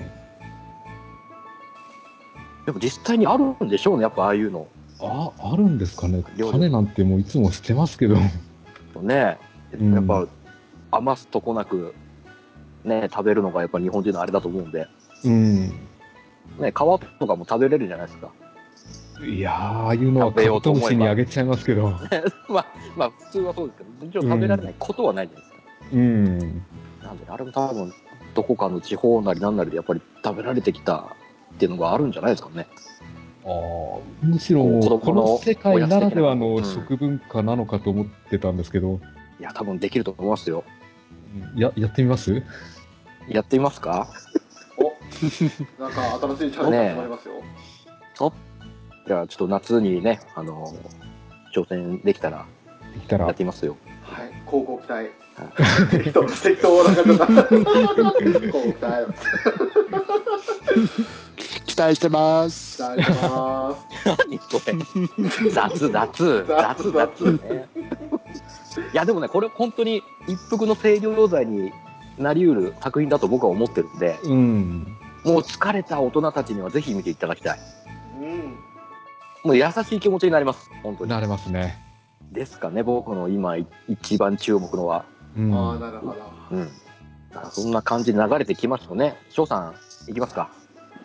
[SPEAKER 3] でも実際にあるんでしょうねやっぱああいうの
[SPEAKER 2] あ、あるんですかね。
[SPEAKER 3] 料理
[SPEAKER 2] 種なんてもういつも捨てますけど。
[SPEAKER 3] ね
[SPEAKER 2] うん
[SPEAKER 3] やっぱ余すとこなくね食べるのがやっぱ日本人のあれだと思うんで
[SPEAKER 2] うん。
[SPEAKER 3] ね、皮とかも食べれるじゃないですか。
[SPEAKER 2] いやー、ああいうのは
[SPEAKER 3] 食べ
[SPEAKER 2] カ
[SPEAKER 3] よ
[SPEAKER 2] ブ
[SPEAKER 3] うと
[SPEAKER 2] トム
[SPEAKER 3] 思えば
[SPEAKER 2] シにあげちゃいますけど。
[SPEAKER 3] まあ、まあ、普通はそうですけど、もちろん食べられないことはないじゃないですか。
[SPEAKER 2] うん。
[SPEAKER 3] なんで、あれも多分、どこかの地方なりなんなりで、やっぱり食べられてきたっていうのがあるんじゃないですかね。
[SPEAKER 2] ああむしろも
[SPEAKER 3] 子
[SPEAKER 2] うこ
[SPEAKER 3] 供の
[SPEAKER 2] の世界ならでは
[SPEAKER 3] お
[SPEAKER 2] の
[SPEAKER 3] やつ的な
[SPEAKER 2] 食文化なのかと思ってたんですけど、
[SPEAKER 3] いや、多分できると思いますよ。
[SPEAKER 2] ややってみます
[SPEAKER 3] やってみますか
[SPEAKER 1] おなんか新しいチャレンジ始まりますよ、
[SPEAKER 3] じゃあ、ちょっと夏にね、あの、挑戦できたら、
[SPEAKER 2] できた
[SPEAKER 3] や
[SPEAKER 2] ら
[SPEAKER 3] ってみますよ。
[SPEAKER 1] はい高校期待適当適当な方 だ高校期待
[SPEAKER 4] 期待してます。
[SPEAKER 1] 伝えてま
[SPEAKER 3] 何これ 雑雑雑雑ねいやでもねこれ本当に一服の清涼剤になりうる作品だと僕は思ってるんで
[SPEAKER 2] うん
[SPEAKER 3] もう疲れた大人たちにはぜひ見ていただきたい
[SPEAKER 1] すうん
[SPEAKER 3] もう優しい気持ちになります本当に
[SPEAKER 2] なれますね、
[SPEAKER 3] ですかね僕の今い一番注目のは
[SPEAKER 2] うん、
[SPEAKER 1] ああなるほど
[SPEAKER 3] うんだからそんな感じで流れてきましたね翔さんいきますか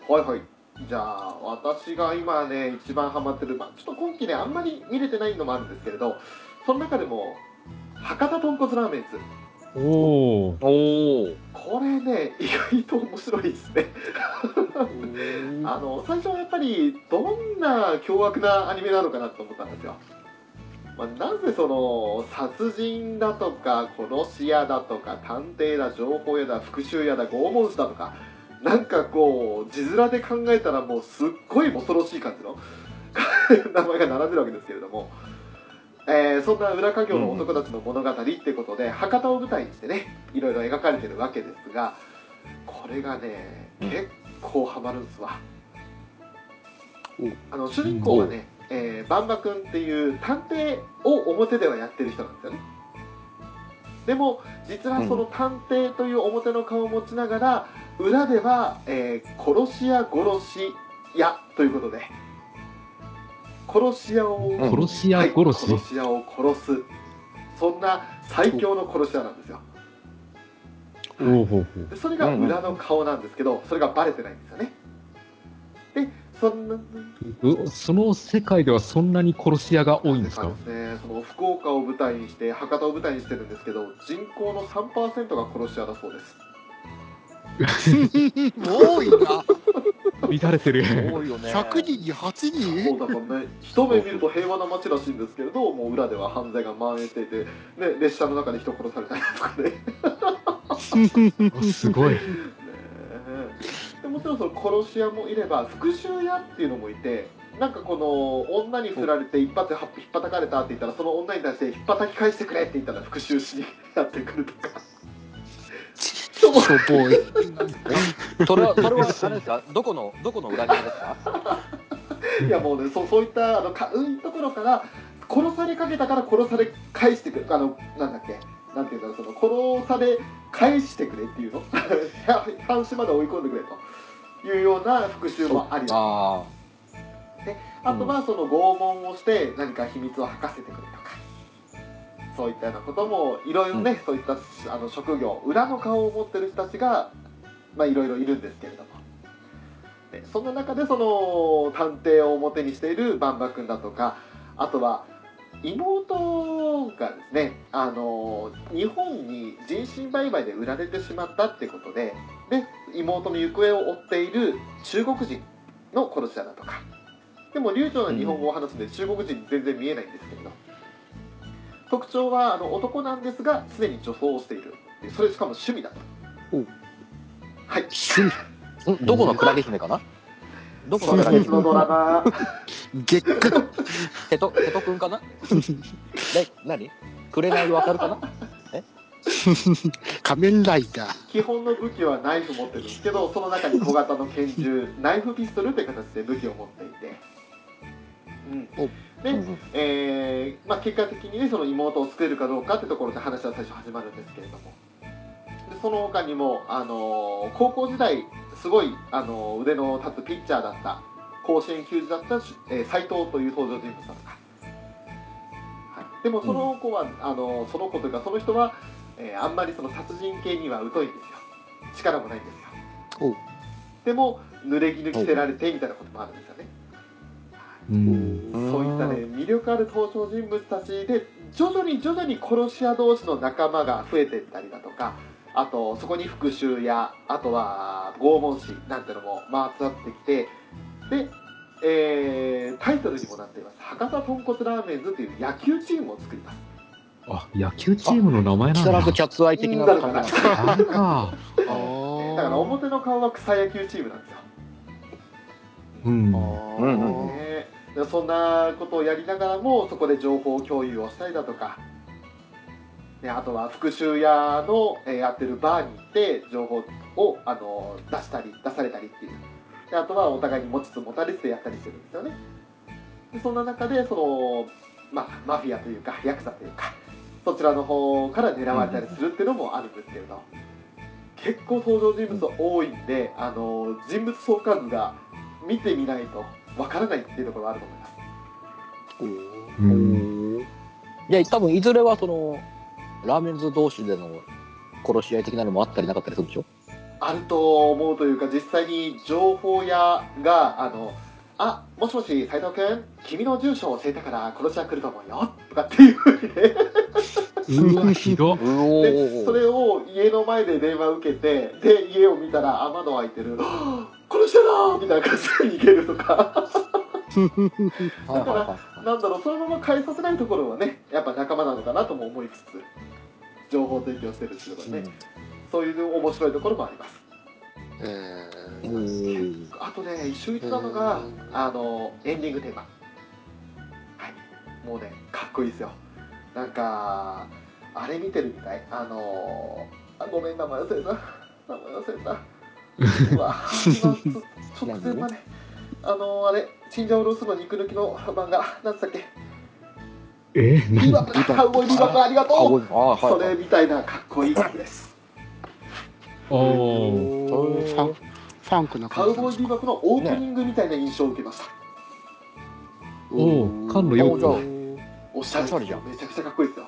[SPEAKER 1] はいはいじゃあ私が今ね一番ハマってる、まあ、ちょっと今期ねあんまり見れてないのもあるんですけれどその中でも博多豚骨ラーメンズ
[SPEAKER 2] おお
[SPEAKER 3] おお
[SPEAKER 1] これね意外と面白いですねあの最初はやっぱりどんな凶悪なアニメなのかなと思ったんですよ、まあ、なぜその殺人だとか殺し屋だとか探偵だ情報屋だ復讐屋だ拷問師だとかなんかこう字面で考えたらもうすっごい恐ろしい感じの 名前が並んでるわけですけれども、えーそんな裏家業の男たちの物語ってことで、博多を舞台にしてねいろいろ描かれてるわけですがこれがね
[SPEAKER 3] うん
[SPEAKER 1] 結構ハマるんですわ、あの主人公がね、えー、バンバ君っていう探偵を表ではやってる人なんですよねでも実はその探偵という表の顔を持ちながら裏では、えー殺し屋殺し屋ということで殺し屋を
[SPEAKER 3] うん
[SPEAKER 2] 殺し屋殺し、
[SPEAKER 1] はい、殺し屋を殺すそんな最強の殺し屋なんですよ
[SPEAKER 2] おうほうほう
[SPEAKER 1] でそれが裏の顔なんですけど、それがバレてないんですよねでそんな
[SPEAKER 2] うその世界ではそんなに殺し屋が多いんです
[SPEAKER 1] そう
[SPEAKER 2] か
[SPEAKER 1] ですねその福岡を舞台にして博多を舞台にしてるんですけど人口の3%が殺し屋だそうです
[SPEAKER 4] 多いな。
[SPEAKER 2] 乱れてる。
[SPEAKER 3] 多いよね
[SPEAKER 4] 100人に8
[SPEAKER 1] そう
[SPEAKER 4] 人
[SPEAKER 1] だからね、一目見ると平和な街らしいんですけれどもう裏では犯罪が蔓延していて、ね、列車の中で人殺されたりとかねね
[SPEAKER 2] すごい。
[SPEAKER 1] えでもちろんその殺し屋もいれば復讐屋っていうのもいてなんかこの女に振られて一発では引っ叩かれたって言ったらその女に対して引っ叩き返してくれって言ったら復讐しにやってくるとかそう
[SPEAKER 4] しょぼい。
[SPEAKER 3] それはそれはあれですかどこのどこの裏側ですか
[SPEAKER 1] いやもうねそうそういったあのかうんところから殺されかけたから殺され返してくるあのなんだっけなんていうんだろうその殺され返してくれっていうの 半死まで追い込んでくれというような復讐もありあ
[SPEAKER 3] あ
[SPEAKER 1] あとはその拷問をして何か秘密を吐かせてくれとかそういったようなこともいろいろね、そういったあの職業裏の顔を持ってる人たちがまあいろいろいるんですけれどもでそんな中でその探偵を表にしている万馬くんだとかあとは妹がですねあの日本に人身売買で売られてしまったってことでで妹の行方を追っている中国人の殺し屋だとかでも流暢な日本語を話すので中国人に全然見えないんですけれど特徴はあの男なんですが常に女装をしているでそれしかも趣味だと
[SPEAKER 3] お
[SPEAKER 1] はい
[SPEAKER 3] あどこのクラゲ姫かなどこ
[SPEAKER 1] そ
[SPEAKER 3] の
[SPEAKER 1] う
[SPEAKER 3] ク
[SPEAKER 1] だ
[SPEAKER 3] ラゲ
[SPEAKER 1] 別
[SPEAKER 3] 姫
[SPEAKER 1] のドラマ
[SPEAKER 4] 月下
[SPEAKER 3] 瀬戸瀬戸くんかな な何くれないわかるかな
[SPEAKER 4] 仮面ライダー。
[SPEAKER 1] 基本の武器はナイフ持ってるんですけどその中に小型の拳銃ナイフピストルという形で武器を持っていて、うん
[SPEAKER 4] お
[SPEAKER 1] で、えーまあ、結果的にねその妹を救えるかどうかってところで話は最初始まるんですけれどもでその他にも、あのー高校時代すごい、あのー腕の立つピッチャーだった甲子園球児だった斎、えー斉藤という登場人物だとか、はい、でもその子は、あのーその子というかその人は、えーあんまりその殺人系には疎いんですよ力もないんですよ
[SPEAKER 4] おう
[SPEAKER 1] でも濡れ衣着せられてみたいなこともあるんですよね
[SPEAKER 2] うん。
[SPEAKER 1] そういったね魅力ある登場人物たちで徐々に徐々に殺し屋同士の仲間が増えていったりだとかあとそこに復讐やあとは拷問師なんてのも回ってきてで、えータイトルにもなっています博多豚骨ラーメンズという野球チームを作ります
[SPEAKER 2] あ、野球チームの名前なん
[SPEAKER 3] 木更津
[SPEAKER 2] だ。
[SPEAKER 3] キャッツアイ的な感じなんですか
[SPEAKER 2] あれか。
[SPEAKER 4] あ
[SPEAKER 1] だ
[SPEAKER 4] ー
[SPEAKER 1] から表の顔は草野球チームなんですよ
[SPEAKER 2] うん。
[SPEAKER 3] うんう
[SPEAKER 4] あ
[SPEAKER 1] ねでそんなことをやりながらもそこで情報共有をしたりだとか、ね、あとは復讐屋の、えーやってるバーに行って情報を、あのー出したり出されたりっていうであとはお互いに持ちつ持たれつでやったりしてるんですよねでそんな中でその、まあ、マフィアというかヤクザというかそちらの方から狙われたりするっていうのもあるんですけれど、結構登場人物多いんで、あのー人物相関図が見てみないとわからないっていうところはあると思います
[SPEAKER 2] うん
[SPEAKER 3] いや多分いずれはそのラーメンズ同士での殺し合い的なのもあったりなかったりするでしょ
[SPEAKER 1] あると思うというか実際に情報屋があのあもしもし斉藤君君の住所を教えたから殺し屋来ると思うよとかっていうふうにね
[SPEAKER 2] うわ、ひどっ。
[SPEAKER 3] う
[SPEAKER 1] でそ
[SPEAKER 3] お
[SPEAKER 1] れを家の前で電話受けてで家を見たらあ窓開いてるはぁ殺し屋だみたいな感じで逃げるとか
[SPEAKER 3] はいはい
[SPEAKER 1] なんだろうそのまま返させないところはねやっぱ仲間なのかなとも思いつつ情報提供してるっていうのが
[SPEAKER 3] はい
[SPEAKER 1] ね、そういう面白いところもあります
[SPEAKER 4] え
[SPEAKER 3] う
[SPEAKER 4] ー
[SPEAKER 3] ん
[SPEAKER 1] あとね秀逸なのが、
[SPEAKER 4] うん
[SPEAKER 1] あのエンディングテーマ、はい、もうねかっこいいですよなんかあれ見てるみたいあのあごめん名前忘れた名前忘 れたうわ今ちょ直前まであのあれチンジャオロースの肉抜きの 漫画何つったっけ
[SPEAKER 2] え、
[SPEAKER 1] ビ
[SPEAKER 2] 何
[SPEAKER 1] バップカウボーイビバップありが
[SPEAKER 3] あ
[SPEAKER 1] と
[SPEAKER 3] ごめんあは
[SPEAKER 1] う
[SPEAKER 3] い
[SPEAKER 1] そ
[SPEAKER 3] は
[SPEAKER 1] れ
[SPEAKER 3] い
[SPEAKER 1] みたいなかっこいい曲 です
[SPEAKER 2] おー。
[SPEAKER 4] おーファンファンクな
[SPEAKER 1] カ
[SPEAKER 4] 感
[SPEAKER 1] ウ
[SPEAKER 4] じなん
[SPEAKER 1] ボーイビバ
[SPEAKER 4] ですか
[SPEAKER 1] ップのオープニングみたいな印象を受けました、
[SPEAKER 2] おー、缶のよ
[SPEAKER 3] おー
[SPEAKER 2] く。
[SPEAKER 1] おしゃれですよ
[SPEAKER 3] おしゃれじゃん
[SPEAKER 1] めちゃくちゃかっこいいですよ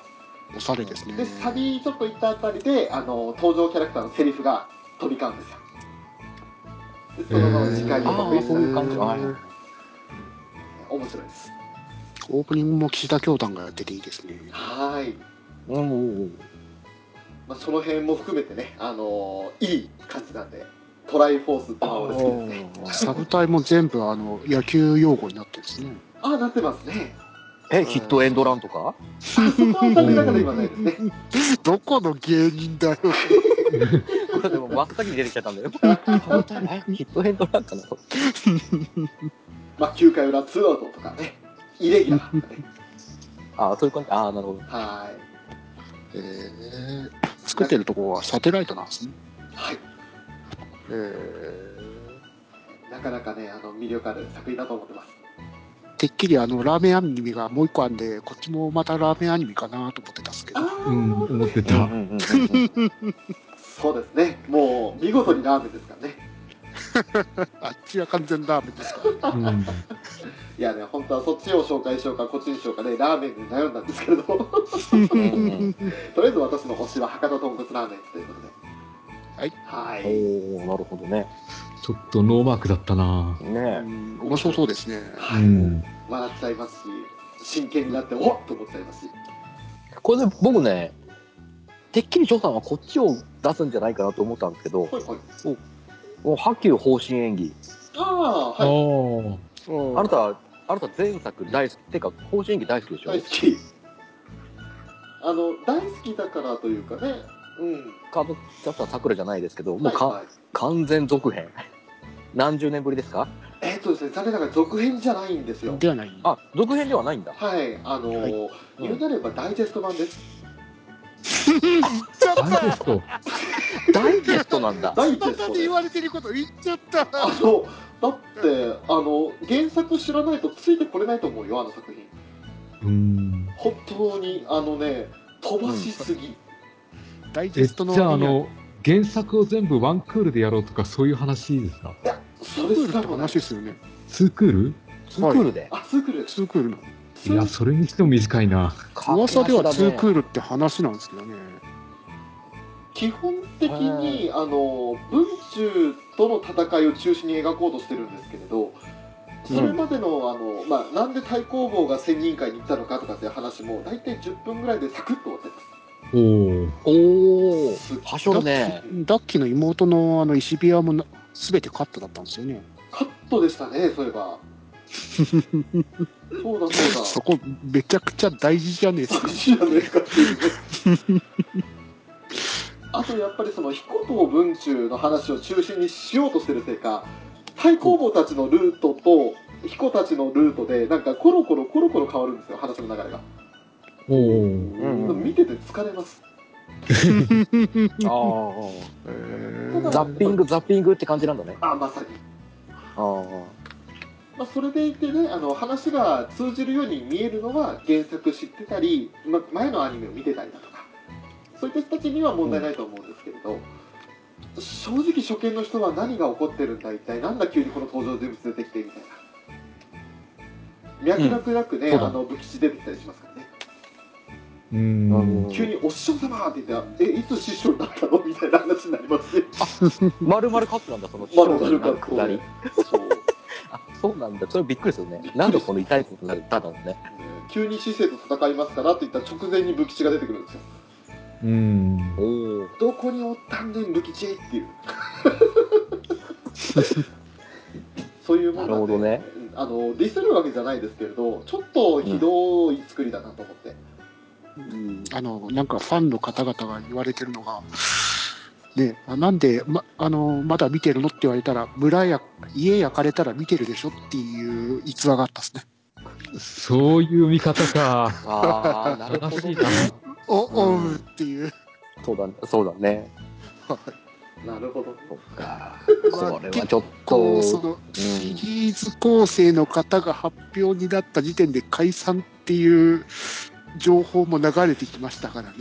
[SPEAKER 4] おしゃれです
[SPEAKER 1] で
[SPEAKER 4] ね。
[SPEAKER 1] サビちょっと行ったあたりであの登場キャラクターのセリフが飛び交うんですよでそのまま次回に
[SPEAKER 3] あ
[SPEAKER 1] 残
[SPEAKER 3] あ、
[SPEAKER 1] り
[SPEAKER 3] そういう感じ。はい
[SPEAKER 1] 面白いです
[SPEAKER 4] オープニングも岸田教団がやってていいですね。
[SPEAKER 1] はーい、
[SPEAKER 3] うんうんうん。
[SPEAKER 1] まあ、その辺も含めてねあのいい感じなんでトライフォースってのは俺好きですね
[SPEAKER 4] サブタイも全部あの野球用語になってるんですね。
[SPEAKER 1] ああなってますね
[SPEAKER 3] え、ヒットエンドランと
[SPEAKER 1] あ
[SPEAKER 3] か
[SPEAKER 1] そこは残念ながら今ないですね
[SPEAKER 4] どこの芸人だよ。
[SPEAKER 3] でも真っ先に出てきちゃった んだよ。サブタイムえヒットエンドランかな
[SPEAKER 1] まあ9回裏ツーアウトとかねイレギュラーとかね
[SPEAKER 3] ああ、そういう感じ。ああ、なるほど。
[SPEAKER 1] はーい
[SPEAKER 4] えー、作ってるとこはサテライトなんですね。
[SPEAKER 1] はい
[SPEAKER 4] えー
[SPEAKER 1] なかなかねあの魅力ある作品だと思ってます
[SPEAKER 4] てっきりあのラーメンアニメがもう一個あるんで、こっちもまたラーメンアニメかなと思ってたんですけど、
[SPEAKER 1] あ
[SPEAKER 2] うん、思って
[SPEAKER 3] うん
[SPEAKER 2] た。
[SPEAKER 3] うんうん うん
[SPEAKER 1] そうですねもう見事にラーメンですからね
[SPEAKER 4] あっちは完全ラーメンですから、ね、
[SPEAKER 2] うん
[SPEAKER 1] いやね、本当はそっちを紹介しようか、こっちにしようかね、ラーメンで悩んだんですけれど、 と
[SPEAKER 3] うんうんうん。
[SPEAKER 1] りあえず私の星は博多豚骨ラーメンということで。
[SPEAKER 4] はい
[SPEAKER 1] はーい。
[SPEAKER 3] おおなるほどね。
[SPEAKER 2] ちょっとノーマークだったな。
[SPEAKER 4] う
[SPEAKER 3] ね
[SPEAKER 4] ん面白そうですね。
[SPEAKER 2] う
[SPEAKER 1] はい
[SPEAKER 2] ん。
[SPEAKER 1] 笑っちゃいますし、真剣になって、おっと思っちゃいますし。
[SPEAKER 3] え。これね、僕ね、てっきりジョーさんはこっちを出すんじゃないかなと思ったんですけど、
[SPEAKER 1] ほいほい。
[SPEAKER 3] もう波及方針演技。
[SPEAKER 1] あ
[SPEAKER 2] あ
[SPEAKER 1] あ、はい。
[SPEAKER 2] あ。
[SPEAKER 4] うん
[SPEAKER 3] あなた、あなた前作大好き。てか、方針演技大好きでしょ
[SPEAKER 1] 大好き。あの、大好きだからというかね、うん。
[SPEAKER 3] カードキャプターさくらじゃないですけど、もうか、
[SPEAKER 1] はいはい
[SPEAKER 3] 完全続編。 何十年ぶりですか
[SPEAKER 1] えっとですね、残念ながら続編じゃないんですよ。
[SPEAKER 4] ではない。
[SPEAKER 3] あ、続編ではないんだ。
[SPEAKER 1] はい、あの
[SPEAKER 4] はい
[SPEAKER 1] ー、言うなればダイジェスト版です。
[SPEAKER 2] ダイジェスト。
[SPEAKER 3] ダイジェスト なんだ。
[SPEAKER 1] ダイジ
[SPEAKER 4] ま
[SPEAKER 1] ェス
[SPEAKER 4] た
[SPEAKER 1] ト
[SPEAKER 4] で
[SPEAKER 1] です
[SPEAKER 4] 言。われてること言っちゃった。
[SPEAKER 1] あのだってあの原作知らないとついてこれないと思うよあの作品
[SPEAKER 2] うん。
[SPEAKER 1] 本当にあのね飛ばしすぎ、
[SPEAKER 4] ダイジ
[SPEAKER 2] え、
[SPEAKER 4] ェ
[SPEAKER 2] じ
[SPEAKER 4] ストの
[SPEAKER 2] ゃあ、あの、原作を全部ワンクールでやろうとか、そういう話ですか
[SPEAKER 1] そ
[SPEAKER 4] ク
[SPEAKER 1] れ
[SPEAKER 4] ー
[SPEAKER 1] し
[SPEAKER 4] ル
[SPEAKER 1] か
[SPEAKER 4] って
[SPEAKER 1] もない
[SPEAKER 4] 話ですよね。
[SPEAKER 2] ツークール
[SPEAKER 3] ツークールで。
[SPEAKER 1] あツークール
[SPEAKER 4] ツークールの。
[SPEAKER 1] ツ
[SPEAKER 2] いや、
[SPEAKER 1] ー
[SPEAKER 2] それにしても短いな。
[SPEAKER 4] 噂ではツーク
[SPEAKER 3] ル。
[SPEAKER 4] ールって話なんですけどね。
[SPEAKER 1] 基本的にあの文中との戦いを中心に描こうとしてるんですけれどそれまでの,、あのまあ、なんで太公望が専任会に行ったのかとかっていう話も大体10分ぐらいでサクッと終わってます
[SPEAKER 2] おお。
[SPEAKER 3] おお、はしょるね。
[SPEAKER 4] ダッキーの妹のあの石火矢もな全てカットだったんですよね。
[SPEAKER 1] カットでしたねそういえばそうだそうだ
[SPEAKER 4] そこめちゃくちゃ大事じゃねえですか。
[SPEAKER 1] 知らねえかっていうね あとやっぱりその彦藤文中の話を中心にしようとしてるせいか太公望たちのルートと彦たちのルートでなんかコロコロコロコロ変わるんですよ話の流れが、
[SPEAKER 2] おお。
[SPEAKER 3] うんうん
[SPEAKER 1] 見てて疲れます
[SPEAKER 3] ああ。
[SPEAKER 4] え
[SPEAKER 1] た
[SPEAKER 4] ー
[SPEAKER 1] だ
[SPEAKER 3] ザッピング、ザッピングって感じなんだね。
[SPEAKER 1] あまさに、
[SPEAKER 3] ああ。
[SPEAKER 1] まあ、それでいてねあの話が通じるように見えるのは原作知ってたり、ま、前のアニメを見てたりだとかそういった人たちには問題ないと思うんですけれど、正直初見の人は何が起こってるんだ一体なんだ急にこの登場人物出てきてみたいな脈絡なくね、
[SPEAKER 3] うんそうだ
[SPEAKER 1] あの武吉出てきたりしますからね、
[SPEAKER 2] う。
[SPEAKER 3] うん
[SPEAKER 1] 急に「お師匠様!」って言って「えいつ師匠になったの?」みたいな話になりますし
[SPEAKER 3] まるまるカットなんだ、その
[SPEAKER 1] まあ面白か
[SPEAKER 3] の
[SPEAKER 1] った
[SPEAKER 3] 下り。
[SPEAKER 1] そうね
[SPEAKER 3] あ、そうなんだ。それびっくりするね。なんでその痛いことになったんだろうね。
[SPEAKER 1] 急に姿勢と戦いますからって言った直前に武吉が出てくるんですよ
[SPEAKER 2] うん。
[SPEAKER 3] おお。
[SPEAKER 1] どこにおったんねん、ルキチェって いう。そういうもんなんで
[SPEAKER 3] なるほ
[SPEAKER 1] うんあの、ディスるわけじゃないですけれど、ちょっとひどい作りだなと思って。
[SPEAKER 4] うんあのなんかファンの方々が言われてるのが、ね、あなんでまあのまだ見てるのって言われたら村や家焼かれたら見てるでしょっていう逸話があったですね。
[SPEAKER 2] そういう見方か。
[SPEAKER 3] ああ、なるほど、
[SPEAKER 2] 悲しい
[SPEAKER 3] ね
[SPEAKER 2] な。。
[SPEAKER 4] お
[SPEAKER 3] う
[SPEAKER 4] お
[SPEAKER 3] ん
[SPEAKER 4] うっていう、
[SPEAKER 3] そうだね。そうだね。
[SPEAKER 1] なるほど。
[SPEAKER 3] そっ か。
[SPEAKER 4] まあ
[SPEAKER 3] これはちょっ
[SPEAKER 4] ことう。その
[SPEAKER 3] う
[SPEAKER 4] シリ
[SPEAKER 3] ん
[SPEAKER 4] ーズ構成の方が発表になった時点で解散っていう情報も流れてきましたからね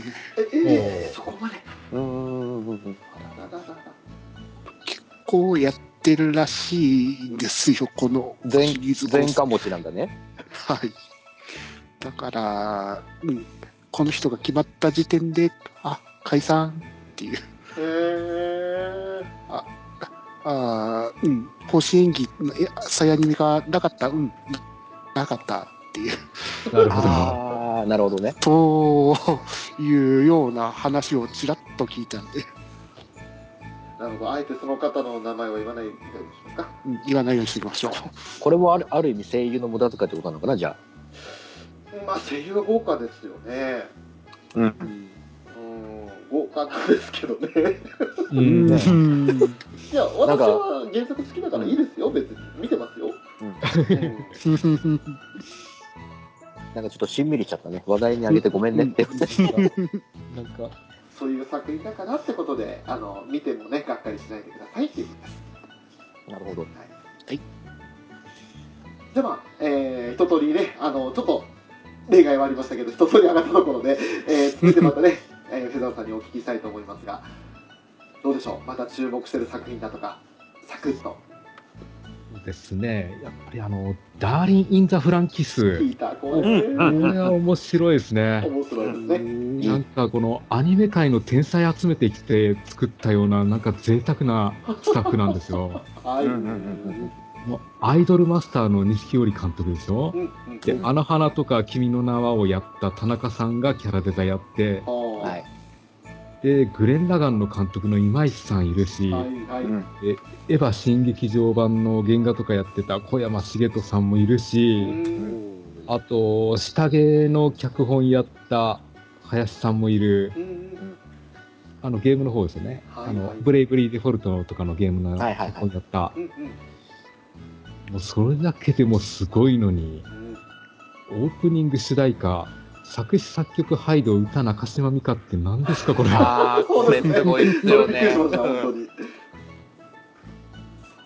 [SPEAKER 1] え、え、そこまで。
[SPEAKER 3] うんうんうん
[SPEAKER 1] あらららら
[SPEAKER 4] 結構やってるらしいんですよこの
[SPEAKER 3] 全
[SPEAKER 4] シリーズ構
[SPEAKER 3] 全
[SPEAKER 4] 成
[SPEAKER 3] 科持ちなんだね。
[SPEAKER 4] はい。だから、うん、この人が決まった時点で、あ、解散っていう、
[SPEAKER 1] へえ
[SPEAKER 4] あーうん、甲子園技のえ再アニメがなかった、うん、なかったっていう、
[SPEAKER 2] なるほど。
[SPEAKER 3] ああ、なるほどね。
[SPEAKER 4] というような話をちらっと聞いたんで、
[SPEAKER 1] なるほどあえてその方の名前は言わないでいいでしょうか
[SPEAKER 4] うん言わないようにしていきましょう。
[SPEAKER 3] これもあるある意味声優の無駄遣いってことなのかな、じゃ
[SPEAKER 1] まあ声優は豪華ですよね
[SPEAKER 3] あ。うん。
[SPEAKER 4] うん
[SPEAKER 1] うん豪華なんですけ どね
[SPEAKER 2] う、
[SPEAKER 4] うん
[SPEAKER 2] ね
[SPEAKER 4] ん
[SPEAKER 1] いや
[SPEAKER 3] なん
[SPEAKER 1] 私
[SPEAKER 3] か
[SPEAKER 1] は原作好きだからいいですよ別に見てますよ、
[SPEAKER 3] うん
[SPEAKER 1] うん
[SPEAKER 3] なんかちょっとしんみりしちゃったね。話題にあげてごめんねって。
[SPEAKER 2] なんか、
[SPEAKER 1] そういう作品だからってことであの見てもねがっかりしないでくださいっていうことです
[SPEAKER 3] なるほど。
[SPEAKER 1] はいじゃあまあ、えー、一通りねあのちょっと例外はありましたけど一通り上がったところで、えー続いてまたね、 えー、吉沢さんにお聞きしたいと思いますがどうでしょうまた注目してる作品だとかサクッと
[SPEAKER 2] そうですね。やっぱりあの、ダーリン・イン・ザ・フランキス。
[SPEAKER 1] 聞いたこれ、
[SPEAKER 3] うん
[SPEAKER 2] これは面白いですね。
[SPEAKER 1] 面白いですね、
[SPEAKER 2] なんかこのアニメ界の天才集めてきて作ったようななんか贅沢なスタッフなんですよ。
[SPEAKER 1] はい、
[SPEAKER 3] う
[SPEAKER 1] うんん
[SPEAKER 3] う
[SPEAKER 1] うんんう
[SPEAKER 3] う
[SPEAKER 1] んん
[SPEAKER 2] もうアイドルマスターの錦織監督でしょ
[SPEAKER 1] う。ん
[SPEAKER 2] で、あの花とか君の名はをやった田中さんがキャラデザやって、
[SPEAKER 1] は
[SPEAKER 3] はいい。
[SPEAKER 2] で、グレン・ラガンの監督の今市さんいるし、
[SPEAKER 1] はいは
[SPEAKER 3] う
[SPEAKER 1] い、
[SPEAKER 3] ん。
[SPEAKER 2] エヴァ新劇場版の原画とかやってた小山茂人さんもいる
[SPEAKER 1] う
[SPEAKER 2] し、
[SPEAKER 1] ん
[SPEAKER 2] あと、下着の脚本やった林さんもいる。
[SPEAKER 1] うん
[SPEAKER 2] あのゲームの方ですよね、
[SPEAKER 1] はい
[SPEAKER 2] あの
[SPEAKER 1] はい
[SPEAKER 2] ブレイブリーデフォルトとかのゲームの
[SPEAKER 3] はいはいはい
[SPEAKER 2] 方だった、
[SPEAKER 1] うんうん
[SPEAKER 2] もうそれだけでもすごいのに
[SPEAKER 1] うん
[SPEAKER 2] オープニング主題歌作詞作曲ハイド歌中島美香って何ですかこれは
[SPEAKER 3] ああ、これすごいですよ
[SPEAKER 1] びっくり
[SPEAKER 3] ね
[SPEAKER 1] し。ました本当に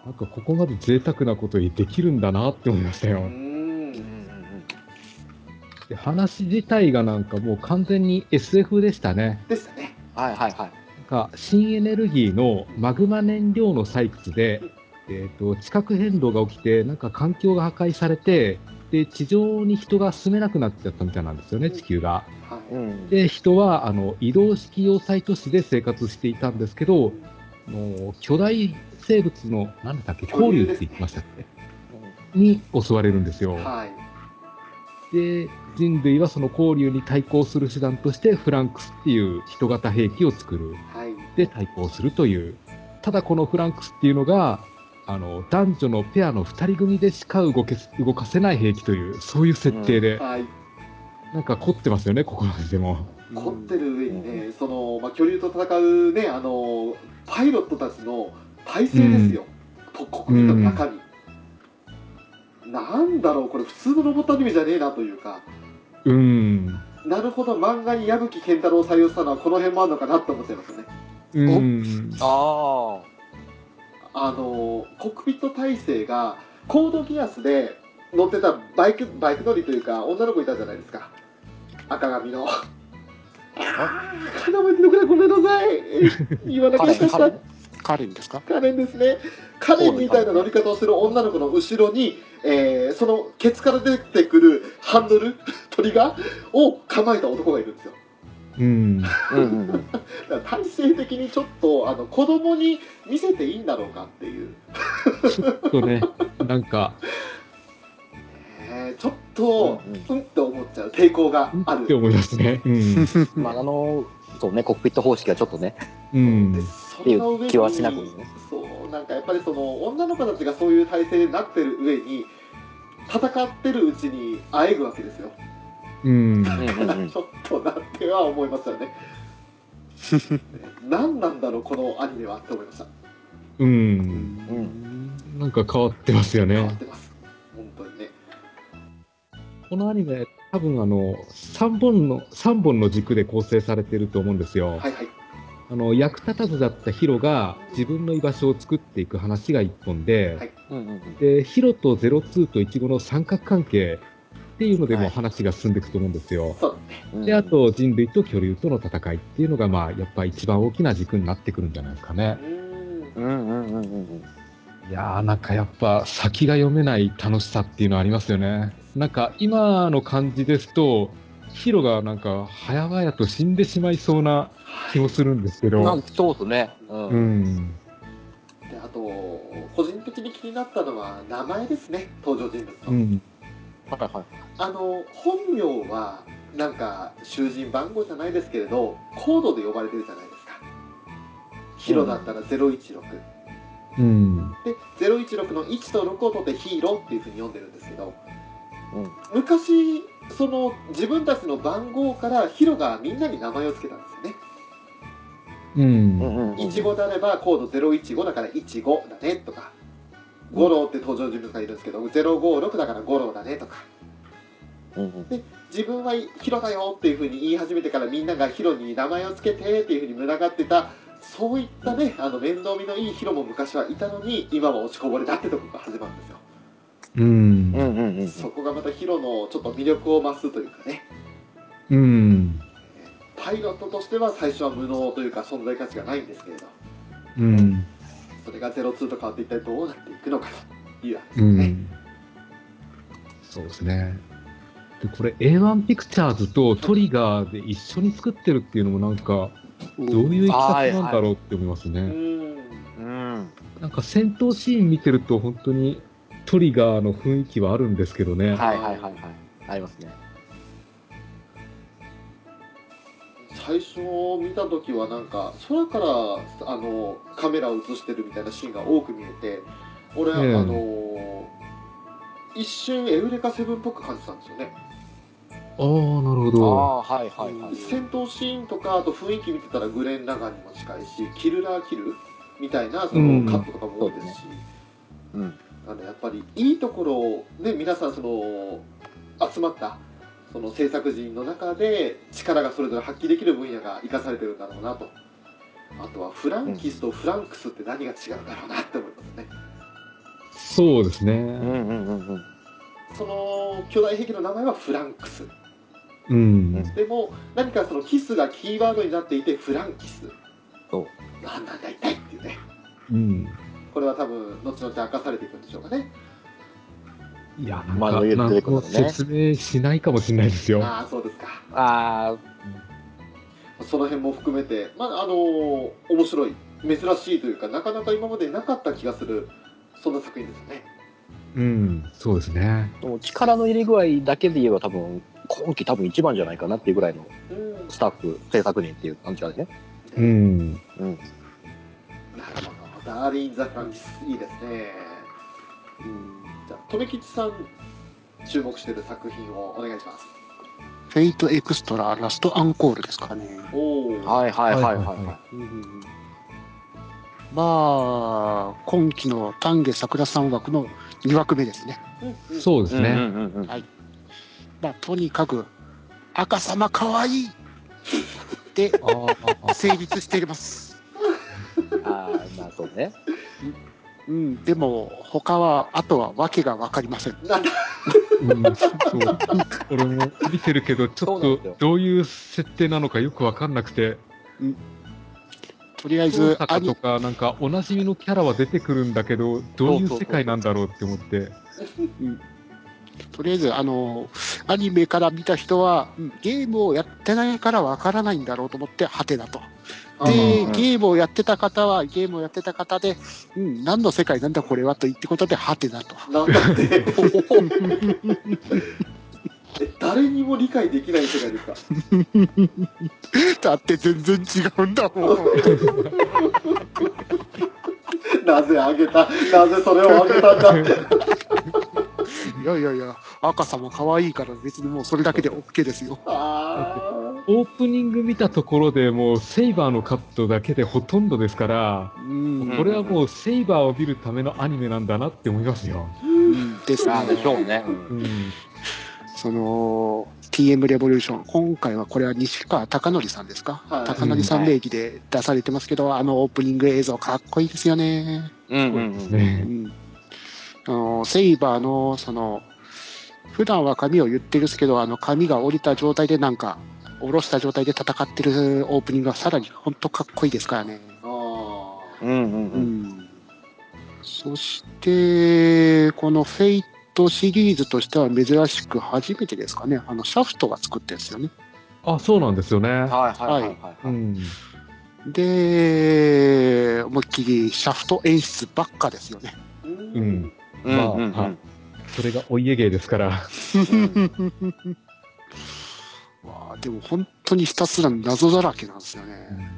[SPEAKER 2] なんかここまで贅沢なことできるんだなって思いました
[SPEAKER 1] う
[SPEAKER 2] よ
[SPEAKER 1] ん
[SPEAKER 3] うんうん
[SPEAKER 2] で話自体がなんかもう完全に SF でしたね
[SPEAKER 1] でしたね
[SPEAKER 3] はいはいはい。
[SPEAKER 2] なんか新エネルギーのマグマ燃料の採掘で、えー、と地殻変動が起きてなんか環境が破壊されてで地上に人が住めなくなっちゃったみたいなんですよね地球が。
[SPEAKER 1] は
[SPEAKER 3] う
[SPEAKER 1] い
[SPEAKER 3] ん。
[SPEAKER 2] で人はあの移動式要塞都市で生活していたんですけどあの巨大生物の何だったっけ恐竜って言ってましたっけに襲われるんですよ。
[SPEAKER 1] はい
[SPEAKER 2] で人類はその恐竜に対抗する手段としてフランクスっていう人型兵器を作る。
[SPEAKER 1] はい
[SPEAKER 2] で対抗するというただこのフランクスっていうのがあの男女のペアの2人組でしか動け動かせない兵器というそういう設定で、
[SPEAKER 1] はい
[SPEAKER 2] なんか凝ってますよねここまででも
[SPEAKER 1] 凝ってる上にねそのまあ恐竜と戦うねあのパイロットたちの体制ですよと国民の中身なんだろうこれ普通のロボットアニメじゃねえなというか
[SPEAKER 2] うん
[SPEAKER 1] なるほど漫画に矢吹健太郎を採用したのはこの辺もあるのかなって思っちゃいましたね
[SPEAKER 2] うん
[SPEAKER 3] あ
[SPEAKER 1] あのコックピット体制がコードギアスで乗ってたバイクバイク乗りというか女の子いたじゃないですか赤髪のあー金持ちのくらいごめんなさい言わな
[SPEAKER 3] あ。
[SPEAKER 1] きゃ
[SPEAKER 3] 彼
[SPEAKER 1] よかった
[SPEAKER 3] 彼ね。
[SPEAKER 4] カレンですか
[SPEAKER 1] カレンですねカレンみたいな乗り方をする女の子の後ろに、えーそのケツから出てくるハンドルトリガーを構えた男がいるんですよ
[SPEAKER 2] うん
[SPEAKER 3] うんうんうん。
[SPEAKER 1] だから体制的にちょっとあの子供に見せていいんだろうかっていう
[SPEAKER 2] とねなんか
[SPEAKER 1] えーちょっと、うんって思っちゃう抵抗が
[SPEAKER 2] うん
[SPEAKER 1] あ
[SPEAKER 2] って
[SPEAKER 1] る、
[SPEAKER 2] 思いますねうん、
[SPEAKER 3] まああの、そうね、コックピット方式はちょっとね。
[SPEAKER 2] うん
[SPEAKER 1] でそれの上
[SPEAKER 3] っていう
[SPEAKER 1] に
[SPEAKER 3] 気はしなくもね
[SPEAKER 1] そうなんかやっぱりその女の子たちがそういう体制になってる上に戦ってるうちにあえぐわけですよ、
[SPEAKER 2] うん
[SPEAKER 3] うんうんうん
[SPEAKER 1] ちょっとなっては思いました よね何なんだろうこのアニメはって思いました
[SPEAKER 2] うんなんか変わってますよ
[SPEAKER 1] 変わっ
[SPEAKER 2] ね
[SPEAKER 1] てます本当にね
[SPEAKER 2] このアニメ多分あの3本の3本の軸で構成されてると思うんですよ、
[SPEAKER 1] はいはい
[SPEAKER 2] あの役立たずだったヒロが自分の居場所を作っていく話が一本で、
[SPEAKER 1] はい
[SPEAKER 3] うんうん
[SPEAKER 2] でヒロと02とイチゴの三角関係っていうので
[SPEAKER 3] はい
[SPEAKER 2] もう話が進んでいくと思うんですよ。
[SPEAKER 1] そう
[SPEAKER 3] うん。
[SPEAKER 2] であと人類と恐竜との戦いっていうのがまあやっぱ一番大きな軸になってくるんじゃないですかね
[SPEAKER 1] う。ーん
[SPEAKER 3] うんうんうんうん
[SPEAKER 2] いやーなんかやっぱ先が読めない楽しさっていうのはありますよね。なんか今の感じですとヒロがなんか、早々と死んでしまいそうな気もするんですけ
[SPEAKER 3] なん
[SPEAKER 2] ど、
[SPEAKER 3] かそうですね。うん。
[SPEAKER 2] うん。
[SPEAKER 1] であと個人的に気になったのは名前ですね登場人物の、
[SPEAKER 2] うん。
[SPEAKER 3] はいはい。
[SPEAKER 1] あの本名はなんか囚人番号じゃないですけれどコードで呼ばれてるじゃないですかヒロだったら016、
[SPEAKER 2] うん。
[SPEAKER 1] で016の1と6を取ってヒーローっていうふうに読んでるんですけど、
[SPEAKER 3] うん
[SPEAKER 1] 昔その自分たちの番号からヒロがみんなに名前を付けたんですよね
[SPEAKER 2] う
[SPEAKER 3] うん
[SPEAKER 2] ん。
[SPEAKER 3] うんうん。
[SPEAKER 1] イチゴであればコード015だから15だねとか五郎って登場人物がいるんですけど056だから五郎だねとか
[SPEAKER 3] うんうん。
[SPEAKER 1] 自分はヒロだよっていうふうに言い始めてからみんながヒロに名前を付けてっていうふうに群がってたそういったねあの面倒見のいいヒロも昔はいたのに今は落ちこぼれだってとこが始まるんですよ
[SPEAKER 2] うん
[SPEAKER 3] う。んうんうん。
[SPEAKER 1] そこがまたヒロのちょっと魅力を増すというかね
[SPEAKER 2] うん。
[SPEAKER 1] パイロットとしては最初は無能というか存在価値がないんですけれど
[SPEAKER 2] うん。
[SPEAKER 1] それが02と変わって一体どうなっていくのかという話で
[SPEAKER 2] う
[SPEAKER 1] すね、
[SPEAKER 2] ん。そうですね。で、これ A1 ピクチャーズとトリガーで一緒に作ってるっていうのもなんか、どういういきさつなんだろうって思いますね。
[SPEAKER 1] うん
[SPEAKER 3] うん。
[SPEAKER 2] なんか戦闘シーン見てると本当にトリガーの雰囲気はあるんですけどね。
[SPEAKER 3] はいはいはいはい。ありますね。
[SPEAKER 1] 最初見た時はなんか空からあのカメラを映してるみたいなシーンが多く見えて俺、
[SPEAKER 2] ええ
[SPEAKER 1] あの一瞬エウレカセブンっぽく感じたんですよね、
[SPEAKER 2] ああ、なるほ
[SPEAKER 3] あ
[SPEAKER 2] ど。
[SPEAKER 3] あ、はいはいはい。
[SPEAKER 1] 戦闘シーンとかあと雰囲気見てたらグレン・ラガンにも近いしキルラー・キルみたいなそ
[SPEAKER 2] うん
[SPEAKER 1] のカットとかも多いですし、
[SPEAKER 3] うん。
[SPEAKER 1] あのやっぱりいいところを、ね、皆さんその集まったその制作陣の中で力がそれぞれ発揮できる分野が生かされてるんだろうなとあとはフランキスとフランクスって何が違うんだろうなって思いますね
[SPEAKER 2] そうです
[SPEAKER 3] う
[SPEAKER 2] ね。
[SPEAKER 3] んうんうんうん。
[SPEAKER 1] その巨大兵器の名前はフランクス
[SPEAKER 2] うん。
[SPEAKER 1] でも何かそのキスがキーワードになっていてフランキス
[SPEAKER 3] そう
[SPEAKER 1] なんなんだ痛いっていうね
[SPEAKER 2] うん。
[SPEAKER 1] これは多分後々明かされていくんでしょうかね
[SPEAKER 2] いや、なん
[SPEAKER 3] まあ
[SPEAKER 2] か、
[SPEAKER 3] 言う
[SPEAKER 2] な
[SPEAKER 3] て
[SPEAKER 2] ん
[SPEAKER 3] る
[SPEAKER 2] か
[SPEAKER 3] こ
[SPEAKER 2] もう
[SPEAKER 3] とね
[SPEAKER 2] 説明しないかもしれないですよ。
[SPEAKER 1] ああそうですか
[SPEAKER 3] ああ、
[SPEAKER 1] その辺も含めて、まああの面白い珍しいというかなかなか今までなかった気がするそんな作品ですよね
[SPEAKER 2] うん。そうですね。
[SPEAKER 3] でも力の入れ具合だけで言えば多分、今季多分一番じゃないかなっていうぐらいの
[SPEAKER 1] うん
[SPEAKER 3] スタッフ、制作人っていう感じだね。
[SPEAKER 2] うん。
[SPEAKER 3] う
[SPEAKER 1] な
[SPEAKER 3] ん。
[SPEAKER 1] るほどダーリン・ザ・フランキスいいですねじゃあ留吉さん注目してる作品をお願いします
[SPEAKER 4] フェイトエクストララストアンコールですかね。
[SPEAKER 1] おお
[SPEAKER 3] はいはいはいはい。
[SPEAKER 2] はいはいは
[SPEAKER 3] は
[SPEAKER 4] まあ、今期の丹下桜さん枠の2枠目ですね。
[SPEAKER 1] うん
[SPEAKER 2] そうで
[SPEAKER 3] い
[SPEAKER 2] すね。
[SPEAKER 3] うんうんうん
[SPEAKER 4] まあ、とにかく、赤様かわいいで
[SPEAKER 2] ああ
[SPEAKER 4] 成立しています。
[SPEAKER 3] ああ、まあそうね。
[SPEAKER 4] うん、でも、他は、あとは訳が分かりません。
[SPEAKER 1] なんだ
[SPEAKER 2] うん、そう。俺も見てるけど、ちょっ
[SPEAKER 3] そうなんです
[SPEAKER 2] と
[SPEAKER 3] よ
[SPEAKER 2] どういう設定なのかよくわかんなくて、
[SPEAKER 4] とりあえ
[SPEAKER 2] 大
[SPEAKER 4] ず、ア
[SPEAKER 2] 阪
[SPEAKER 4] ニ
[SPEAKER 2] とかなんかおなじみのキャラは出てくるんだけど、どういう世界なんだろうって思って。
[SPEAKER 4] とりあえず、あの、アニメから見た人は、うんゲームをやってないから分からないんだろうと思って、ハテナと。
[SPEAKER 1] あ
[SPEAKER 4] で、
[SPEAKER 1] ー
[SPEAKER 4] ゲームをやってた方は、ゲームをやってた方で、うん、何の世界なんだこれはと言ってことで、ハテナと。
[SPEAKER 1] な んだって え誰にも理解できない世界ですか
[SPEAKER 4] だって全然違うんだもん。
[SPEAKER 1] なぜあげたなぜそれをあげたんだ
[SPEAKER 4] いやいやいや、赤様可愛いから別にもうそれだけで OK ですよ。
[SPEAKER 1] あー
[SPEAKER 2] オープニング見たところでもうセイバーのカットだけでほとんどですから、
[SPEAKER 4] うん。
[SPEAKER 2] これはもうセイバーを見るためのアニメなんだなって思いますよ。
[SPEAKER 4] うんです
[SPEAKER 3] ああ、で
[SPEAKER 4] ね
[SPEAKER 3] し。ょうね。
[SPEAKER 2] うん。
[SPEAKER 4] その、TM レボリューション。今回はこれは西川貴則さんですか、
[SPEAKER 1] はい
[SPEAKER 4] 貴則さん名義で出されてますけど、あのオープニング映像かっこいいですよね。
[SPEAKER 3] うんう
[SPEAKER 2] そうんです
[SPEAKER 3] うん。
[SPEAKER 4] う
[SPEAKER 2] ね。
[SPEAKER 4] ん。あの、セイバーの、その、普段は髪を言ってるんですけど、あの髪が降りた状態でなんか、下ろした状態で戦ってるオープニングはさらに本当かっこいいですからね。
[SPEAKER 1] あー
[SPEAKER 3] うんうんうん。
[SPEAKER 4] そして、このフェイトシリーズとしては珍しく初めてですかね、あのシャフトが作ったやつよね。
[SPEAKER 2] あ、そうなんですよね。
[SPEAKER 3] はいはいはいは
[SPEAKER 2] う
[SPEAKER 3] い、はい。
[SPEAKER 2] ん。
[SPEAKER 4] で、思いっきりシャフト演出ばっかですよね。
[SPEAKER 1] う
[SPEAKER 2] うんん。
[SPEAKER 3] うん
[SPEAKER 2] まあ
[SPEAKER 3] うんうん
[SPEAKER 2] それがお家芸ですから。
[SPEAKER 4] わあでも本当にひたすら謎だらけなんですよね。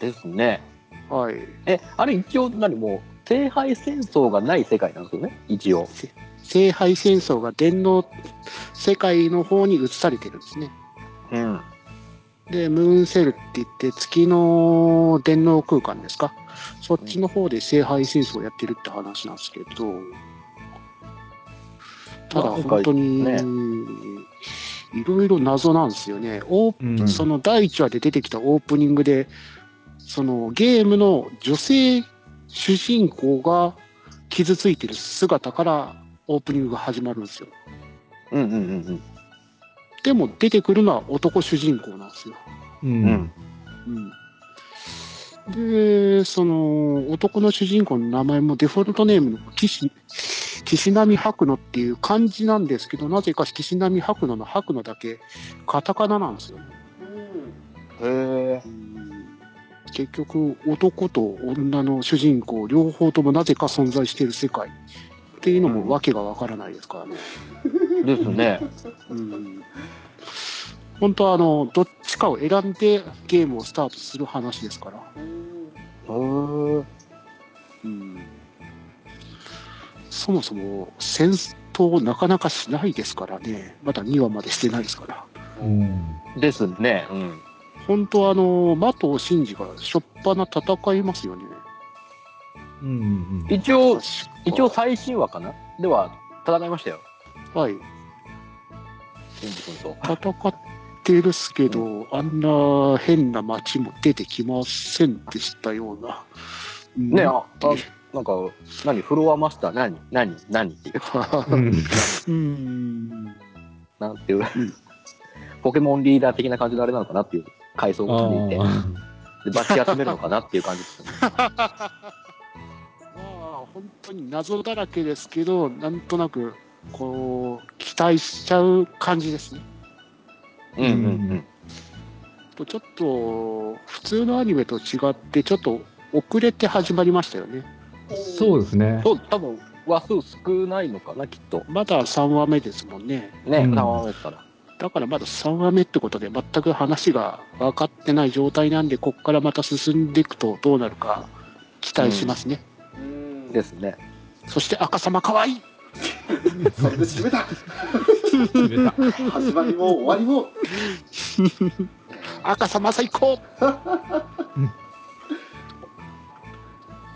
[SPEAKER 3] ですね。
[SPEAKER 4] はい。
[SPEAKER 3] え、あれ一応何もう、聖杯戦争がない世界なんですよね、一応。
[SPEAKER 4] 聖杯戦争が電脳世界の方に移されてるんですね。
[SPEAKER 3] うん。
[SPEAKER 4] で、ムーンセルって言って月の電脳空間ですか。そっちの方で聖杯戦争をやってるって話なんですけど、ただ
[SPEAKER 3] なんか
[SPEAKER 4] 本当に、
[SPEAKER 3] ね
[SPEAKER 4] いろいろ謎なんですよね。オープ
[SPEAKER 2] うん
[SPEAKER 4] その第1話で出てきたオープニングで、そのゲームの女性主人公が傷ついてる姿からオープニングが始まるんですよ。
[SPEAKER 3] うんうんうん
[SPEAKER 4] でも出てくるのは男主人公なんですよ。
[SPEAKER 2] う
[SPEAKER 3] うん。うん
[SPEAKER 2] ん。。
[SPEAKER 4] で、その男の主人公の名前もデフォルトネームの岸岸波白野っていう漢字なんですけど、なぜか岸波白野の白野だけカタカナなんですよ。
[SPEAKER 3] へえ。
[SPEAKER 4] 結局男と女の主人公両方ともなぜか存在している世界っていうのもわけがわからないですからね、
[SPEAKER 3] ですね。
[SPEAKER 4] うん、本当はあのどっちかを選んでゲームをスタートする話ですから、
[SPEAKER 1] うん
[SPEAKER 3] へえ。
[SPEAKER 4] うん、そもそも戦闘なかなかしないですからねまだ2話までしてないですから
[SPEAKER 2] うん。
[SPEAKER 3] ですね。うん。
[SPEAKER 4] 本当はあの的を信じがしょっぱな戦いますよね
[SPEAKER 2] うん。
[SPEAKER 3] 一応、一応
[SPEAKER 4] 確か
[SPEAKER 3] 最新話かなでは、戦いましたよ。
[SPEAKER 4] はい
[SPEAKER 3] シンジ君と。
[SPEAKER 4] 戦ってるっすけど、あんな変な街も出てきませんでしたような。
[SPEAKER 3] ね
[SPEAKER 4] うん
[SPEAKER 3] あ、あなんか、何フロアマスター何何何っていう。
[SPEAKER 2] うん。
[SPEAKER 4] うん。
[SPEAKER 3] なんていう
[SPEAKER 4] うん。
[SPEAKER 3] ポケモンリーダー的な感じのあれなのかなっていう階層
[SPEAKER 2] ああ
[SPEAKER 3] がついて、でバッチ集めるのかなっていう感じですね。
[SPEAKER 4] まあ、本当に謎だらけですけど、なんとなく、こう、期待しちゃう感じですね。
[SPEAKER 3] うんうん
[SPEAKER 4] とちょっと、普通のアニメと違って、ちょっと遅れて始まりましたよね。
[SPEAKER 2] そうです
[SPEAKER 3] うん。
[SPEAKER 2] ね。
[SPEAKER 3] そう、多分話数少ないのかな、きっと。
[SPEAKER 4] まだ3話目ですもんね。
[SPEAKER 3] ね、
[SPEAKER 2] うん
[SPEAKER 3] 3話目から。
[SPEAKER 4] だからまだ3話目ってことで全く話が分かってない状態なんでここからまた進んでいくとどうなるか期待しますね、
[SPEAKER 1] うん
[SPEAKER 3] ですね。
[SPEAKER 4] そして赤様可愛い
[SPEAKER 1] それで締めた始まりも終わりも
[SPEAKER 4] 赤様最高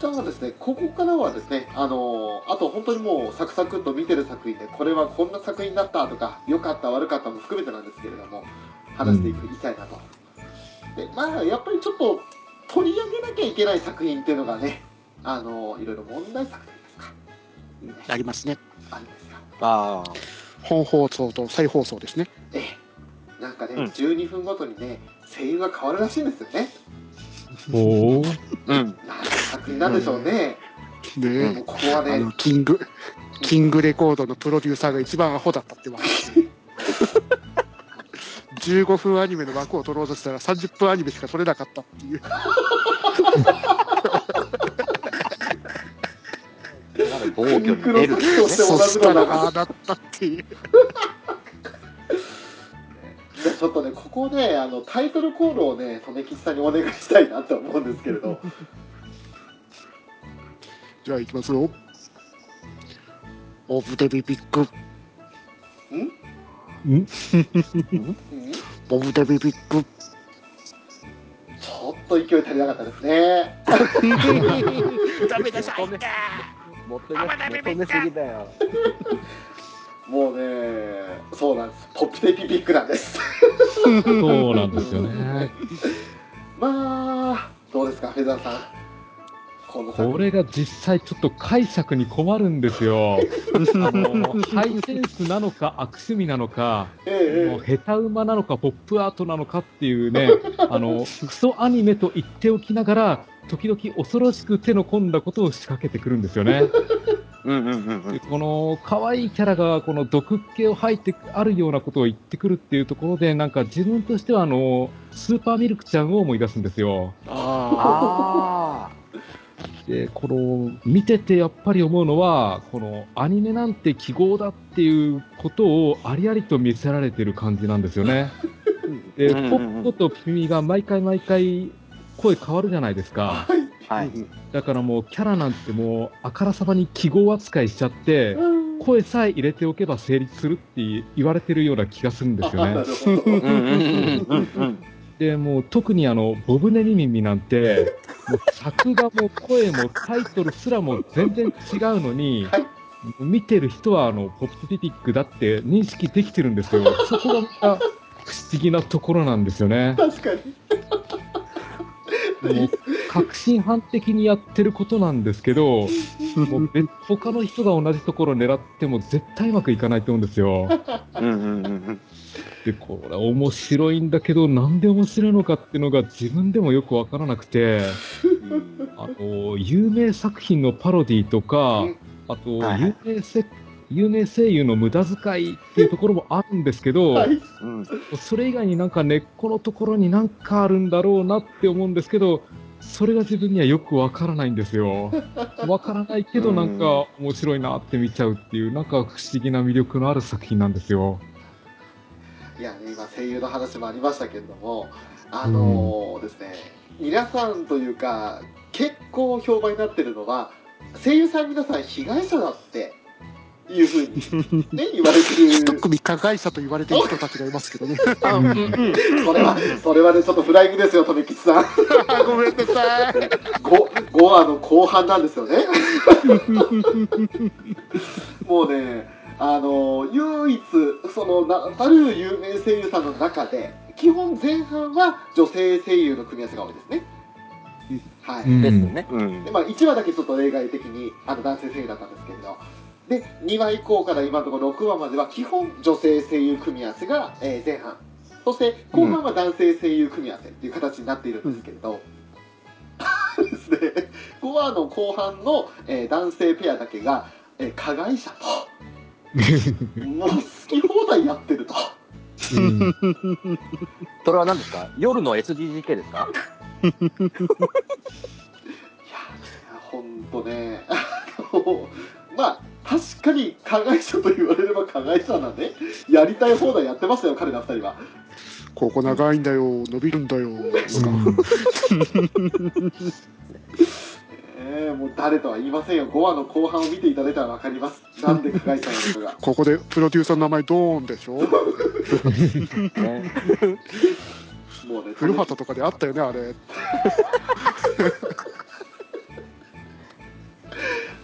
[SPEAKER 1] じゃあですね、ここからはですね、あのーあと本当にもうサクサクっと見てる作品で、これはこんな作品だったとか、良かった悪かったも含めてなんですけれども、話していくいきたいなと。で、まあやっぱりちょっと取り上げなきゃいけない作品っていうのがね、あのーいろいろ問題作品ですか、ね
[SPEAKER 4] ありますね
[SPEAKER 1] あるんですよ。
[SPEAKER 3] ああ。
[SPEAKER 4] 本放送と再放送ですね
[SPEAKER 1] ええ、なんかね、
[SPEAKER 3] うん
[SPEAKER 1] 12分ごとにね、声優が変わるらしいんですよね。
[SPEAKER 2] おお。
[SPEAKER 3] うん。
[SPEAKER 1] なんて作品なんでしょうね。
[SPEAKER 4] ねえ、
[SPEAKER 1] もうここは
[SPEAKER 4] あ
[SPEAKER 1] ね
[SPEAKER 4] の、キングキングレコードのプロデューサーが一番アホだったって話 ですね15分アニメの枠を取ろうとしたら30分アニメしか取れなかったっていう
[SPEAKER 3] なる暴挙に
[SPEAKER 1] クロ
[SPEAKER 3] 出る
[SPEAKER 1] ス。として
[SPEAKER 4] そ
[SPEAKER 1] 同じ
[SPEAKER 4] した
[SPEAKER 1] の
[SPEAKER 4] ら
[SPEAKER 1] が
[SPEAKER 4] ああなったっていう
[SPEAKER 1] じゃあちょっとねここねあのタイトルコールをね利根吉さんにお願いしたいなと思うんですけれど
[SPEAKER 4] じゃあ行きますよ。オブデビビック、
[SPEAKER 2] うん。
[SPEAKER 1] うんち
[SPEAKER 4] オブデビビック。
[SPEAKER 1] ょっと勢い足りなかったですね
[SPEAKER 4] ダメだ
[SPEAKER 3] 最低持ってね、求めすぎだよ。
[SPEAKER 1] もうねそうなんですポップテピピックなんです
[SPEAKER 2] そうなんですよね。
[SPEAKER 1] まあどうですかフェザーさんこの
[SPEAKER 2] これが実際ちょっと解釈に困るんで すよ。あの、ハイセンスなのか悪趣味なのか、も
[SPEAKER 1] え
[SPEAKER 2] う下手馬なのかポップアートなのかってい うね、あの、クソアニメと 言っておきながら、時々恐ろしく手の込んだことを仕掛けてくるんですよね。
[SPEAKER 3] うんうんうんうん
[SPEAKER 2] でこの可愛いキャラがこの毒っ気を吐いてあるようなことを言ってくるっていうところでなんか自分としてはあのスーパーミルクちゃんを思い出すんですよ
[SPEAKER 4] あ
[SPEAKER 3] あ
[SPEAKER 2] でこの見ててやっぱり思うのはこのアニメなんて記号だっていうことをありありと見せられてる感じなんですよ ねで
[SPEAKER 3] う
[SPEAKER 2] ポ
[SPEAKER 3] んうんうん
[SPEAKER 2] ッポとピミが毎回毎回声変わるじゃないですか
[SPEAKER 3] あはい
[SPEAKER 2] だからもうキャラなんてもうあからさまに記号扱いしちゃって声さえ入れておけば成立するって言われてるような気がするんです よ
[SPEAKER 1] な
[SPEAKER 2] ね。
[SPEAKER 1] るほど
[SPEAKER 3] うんうんうんうんうん
[SPEAKER 2] でもう特にあのボブネリミミなん てもう作画も声もタイトルすらも全然違うのに、
[SPEAKER 1] はい
[SPEAKER 2] 見てる人はあのポップピピックだって認識できてるんですよ。そこがまた不思議なところなんですよね。
[SPEAKER 1] 確かに
[SPEAKER 2] もう革新犯的にやってることなんですけど、もう別他の人が同じところを狙っても絶対うまくいかないと思うんですよ。
[SPEAKER 3] うんうんうんうん
[SPEAKER 2] で、これ面白いんだけど、なんで面白いのかっていうのが自分でもよくわからなくて、あと、有名作品のパロディとか
[SPEAKER 1] うん、
[SPEAKER 2] あと、
[SPEAKER 3] はいは
[SPEAKER 2] 有名せ有名声優の無駄遣いっていうところもあるんですけど、
[SPEAKER 1] はい
[SPEAKER 3] うん
[SPEAKER 2] それ以外になんか根っこのところになんかあるんだろうなって思うんですけど、それが自分にはよくわからないんです よ。わからないけどなんか面白いなって見ちゃうっていう、なんか不思議な魅力のある作品なんですよ。
[SPEAKER 1] いやね今声優の話もありましたけれどもあのーですね皆さんというか結構評判になってるのは声優さん皆さん被害者だっていうふうにね言われて
[SPEAKER 4] 一
[SPEAKER 1] る
[SPEAKER 4] 組加害者と言われてる人たちがいますけど ね。
[SPEAKER 1] それはそれはねちょっとフライングですよ富吉さん
[SPEAKER 4] ごめんなさい。
[SPEAKER 1] ご5話の後半なんですよねもうねあの唯一そのなある有名声優さんの中で基本前半は女性声優の組み合わせが多いですねはい、
[SPEAKER 2] うん
[SPEAKER 3] ですねうん
[SPEAKER 1] でまあ、1話だけちょっと例外的にあの男性声優だったんですけれどで2話以降から今のところ6話までは基本女性声優組み合わせが、えー前半そして後半は男性声優組み合わせっていう形になっているんですけれど、 ですね5話の後半の、えー男性ペアだけが、えー加害者 ともう好き放題やってると。
[SPEAKER 2] うん
[SPEAKER 3] それは何ですか夜の SDGK ですか
[SPEAKER 1] いやー、本当ね、 あのまあ、確かに加害者と言われれば加害者なんで、やりたい放題やってましたよ、彼ら二人は。
[SPEAKER 4] ここ長いんだよ、伸びるんだよ。
[SPEAKER 1] えー、もう誰とは言いませんよ、5話の後半を見ていただいたら分かります、なんで加害者なのかが。
[SPEAKER 4] ここでプロデューサーの名前ドーンでしょ。
[SPEAKER 3] ね
[SPEAKER 1] もうね、
[SPEAKER 4] 古畑とかであったよね、あれ。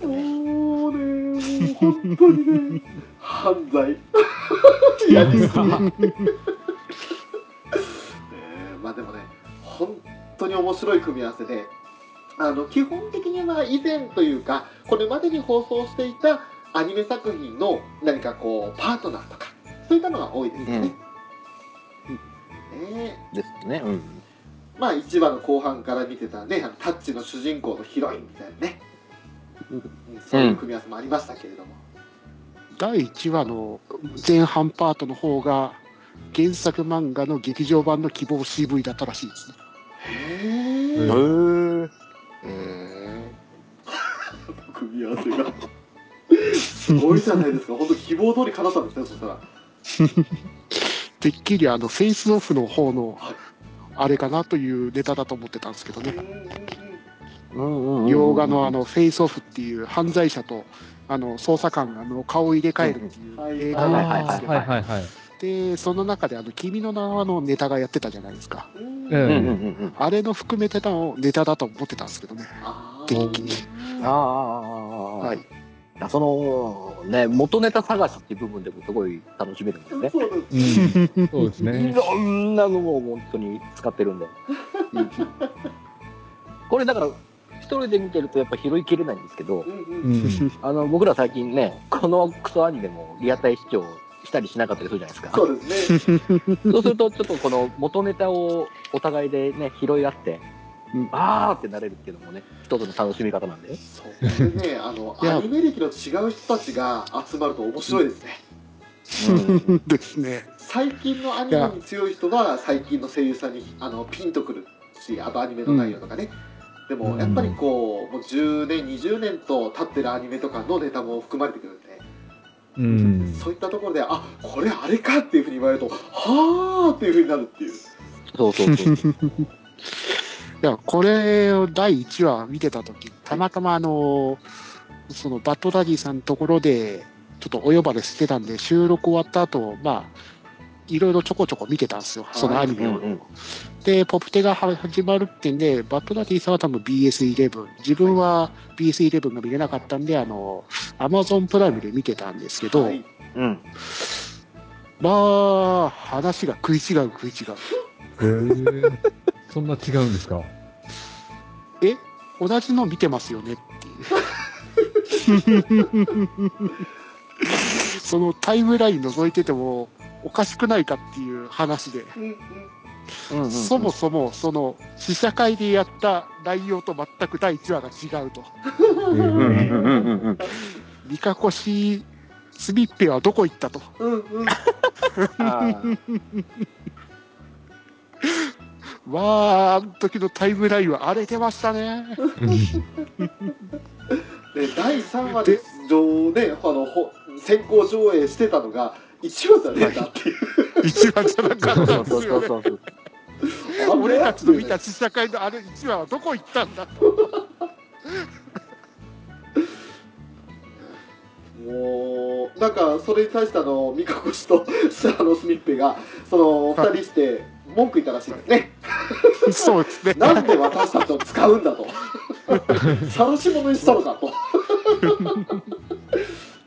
[SPEAKER 1] もうね、もう本当にね、犯罪。 やりすぎ。ねえまあでもね、本当に面白い組み合わせで、あの基本的には以前というか、これまでに放送していたアニメ作品の何かこう、パートナーとか、そういったのが多いですよね。ねえ
[SPEAKER 3] ですねうん
[SPEAKER 1] まあ1話の後半から見てたね、あのタッチの主人公のヒロインみたいなね、うんそういう組み合わせもありましたけれども。
[SPEAKER 4] 第1話の前半パートの方が原作漫画の劇場版の希望 CV だったらしいですね。
[SPEAKER 1] へえ
[SPEAKER 2] うん
[SPEAKER 3] へえ
[SPEAKER 1] 組み合わせがすごいじゃないですか本当希望通り叶ったんですねそしたら
[SPEAKER 4] てっきりあのフェイスオフの方の
[SPEAKER 1] はい
[SPEAKER 4] あれかなというネタだと思ってたんですけどね。
[SPEAKER 3] うんうんうん
[SPEAKER 4] 洋画のあのフェイスオフっていう犯罪者とあの捜査官があの顔を入れ替えるっていう映
[SPEAKER 2] あー
[SPEAKER 4] 画
[SPEAKER 3] はい
[SPEAKER 4] が
[SPEAKER 3] は
[SPEAKER 4] あ
[SPEAKER 3] い
[SPEAKER 4] るんですけど、
[SPEAKER 2] はいはいはい。
[SPEAKER 4] でその中であの「君の名は」のネタがやってたじゃないですか
[SPEAKER 1] うん
[SPEAKER 3] うん
[SPEAKER 2] え
[SPEAKER 3] うんうんうん
[SPEAKER 4] あれの含めてたのをネタだと思ってたんですけどね
[SPEAKER 1] あ
[SPEAKER 4] て
[SPEAKER 1] ー
[SPEAKER 4] っきり
[SPEAKER 3] あーあーあーあー
[SPEAKER 4] はい
[SPEAKER 3] いやそのね元ネタ探しっていう部分でもすごい楽しめるんですね
[SPEAKER 1] そうなんです
[SPEAKER 2] うん、そうです
[SPEAKER 3] い
[SPEAKER 2] ね。
[SPEAKER 3] ろんなのを本当に使ってるんでこれだから一人で見てるとやっぱ拾いきれないんですけど
[SPEAKER 1] うんう
[SPEAKER 2] うんん、
[SPEAKER 3] あの僕ら最近ねこのクソアニメもリアタイ視聴したりしなかったりするじゃないですか
[SPEAKER 1] そう ですね
[SPEAKER 3] そうするとちょっとこの元ネタをお互いでね拾い合ってあーってなれるっていうのもね一つの楽しみ方なんで
[SPEAKER 1] そうでねあの
[SPEAKER 4] いや
[SPEAKER 1] アニメ歴の違う人たちが集まると面白いですね
[SPEAKER 3] うん
[SPEAKER 4] ですね。
[SPEAKER 1] 最近のアニメに強い人が最近の声優さんにあのピンとくるしあとアニメの内容とかね、でもやっぱりこうもう10年20年と経ってるアニメとかのネタも含まれてくるんで、
[SPEAKER 2] うん。
[SPEAKER 1] そういったところであこれあれかっていうふうに言われるとはあっていうふうになるっていう
[SPEAKER 3] そうそうそう
[SPEAKER 4] いや、これを第1話見てたとき、たまたまあの、そのバッドダディさんのところで、ちょっとお呼ばれしてたんで、収録終わった後、まあ、いろいろちょこちょこ見てたんですよ、そのアニ
[SPEAKER 3] う
[SPEAKER 4] メ
[SPEAKER 3] ん
[SPEAKER 4] を。
[SPEAKER 3] うん
[SPEAKER 4] で、ポプテが始まるってんで、バッドダディさんは多分 BS11、自分は BS11 が見れなかったんで、あの、Amazon プライムで見てたんですけど、
[SPEAKER 1] はい
[SPEAKER 3] うん
[SPEAKER 4] まあ、話が食い違う食い違う。
[SPEAKER 2] へーそんな違うんですか
[SPEAKER 4] え同じの見てますよねっていう そのタイムライン覗いててもおかしくないかっていう話で、
[SPEAKER 1] うんうん
[SPEAKER 3] うんうん
[SPEAKER 4] そもそもその試写会でやった内容と全く第1話が違うと
[SPEAKER 3] うんうん
[SPEAKER 2] へ
[SPEAKER 3] うんうんうん
[SPEAKER 4] 三河越しスミッペはどこ行ったと
[SPEAKER 1] うんうん
[SPEAKER 3] あー
[SPEAKER 4] わああの時のタイムラインは荒れてましたね
[SPEAKER 2] ー
[SPEAKER 1] で第3話で上であのほ先行上映してたのが1話じゃねえかっていう
[SPEAKER 4] 1話じゃなかった
[SPEAKER 3] そ
[SPEAKER 4] ん
[SPEAKER 3] う
[SPEAKER 4] です
[SPEAKER 3] そ
[SPEAKER 4] よ
[SPEAKER 3] う
[SPEAKER 4] ね
[SPEAKER 3] そうそう
[SPEAKER 4] 俺たちの見た試写会のあれ1話はどこ行ったんだ
[SPEAKER 1] もうなんかそれに対してあの三河越とあのスミッペがその2人して文句言ったらしいですね、
[SPEAKER 4] とそうですね
[SPEAKER 1] なんで私たちを使うん だと晒し者にしたのかとね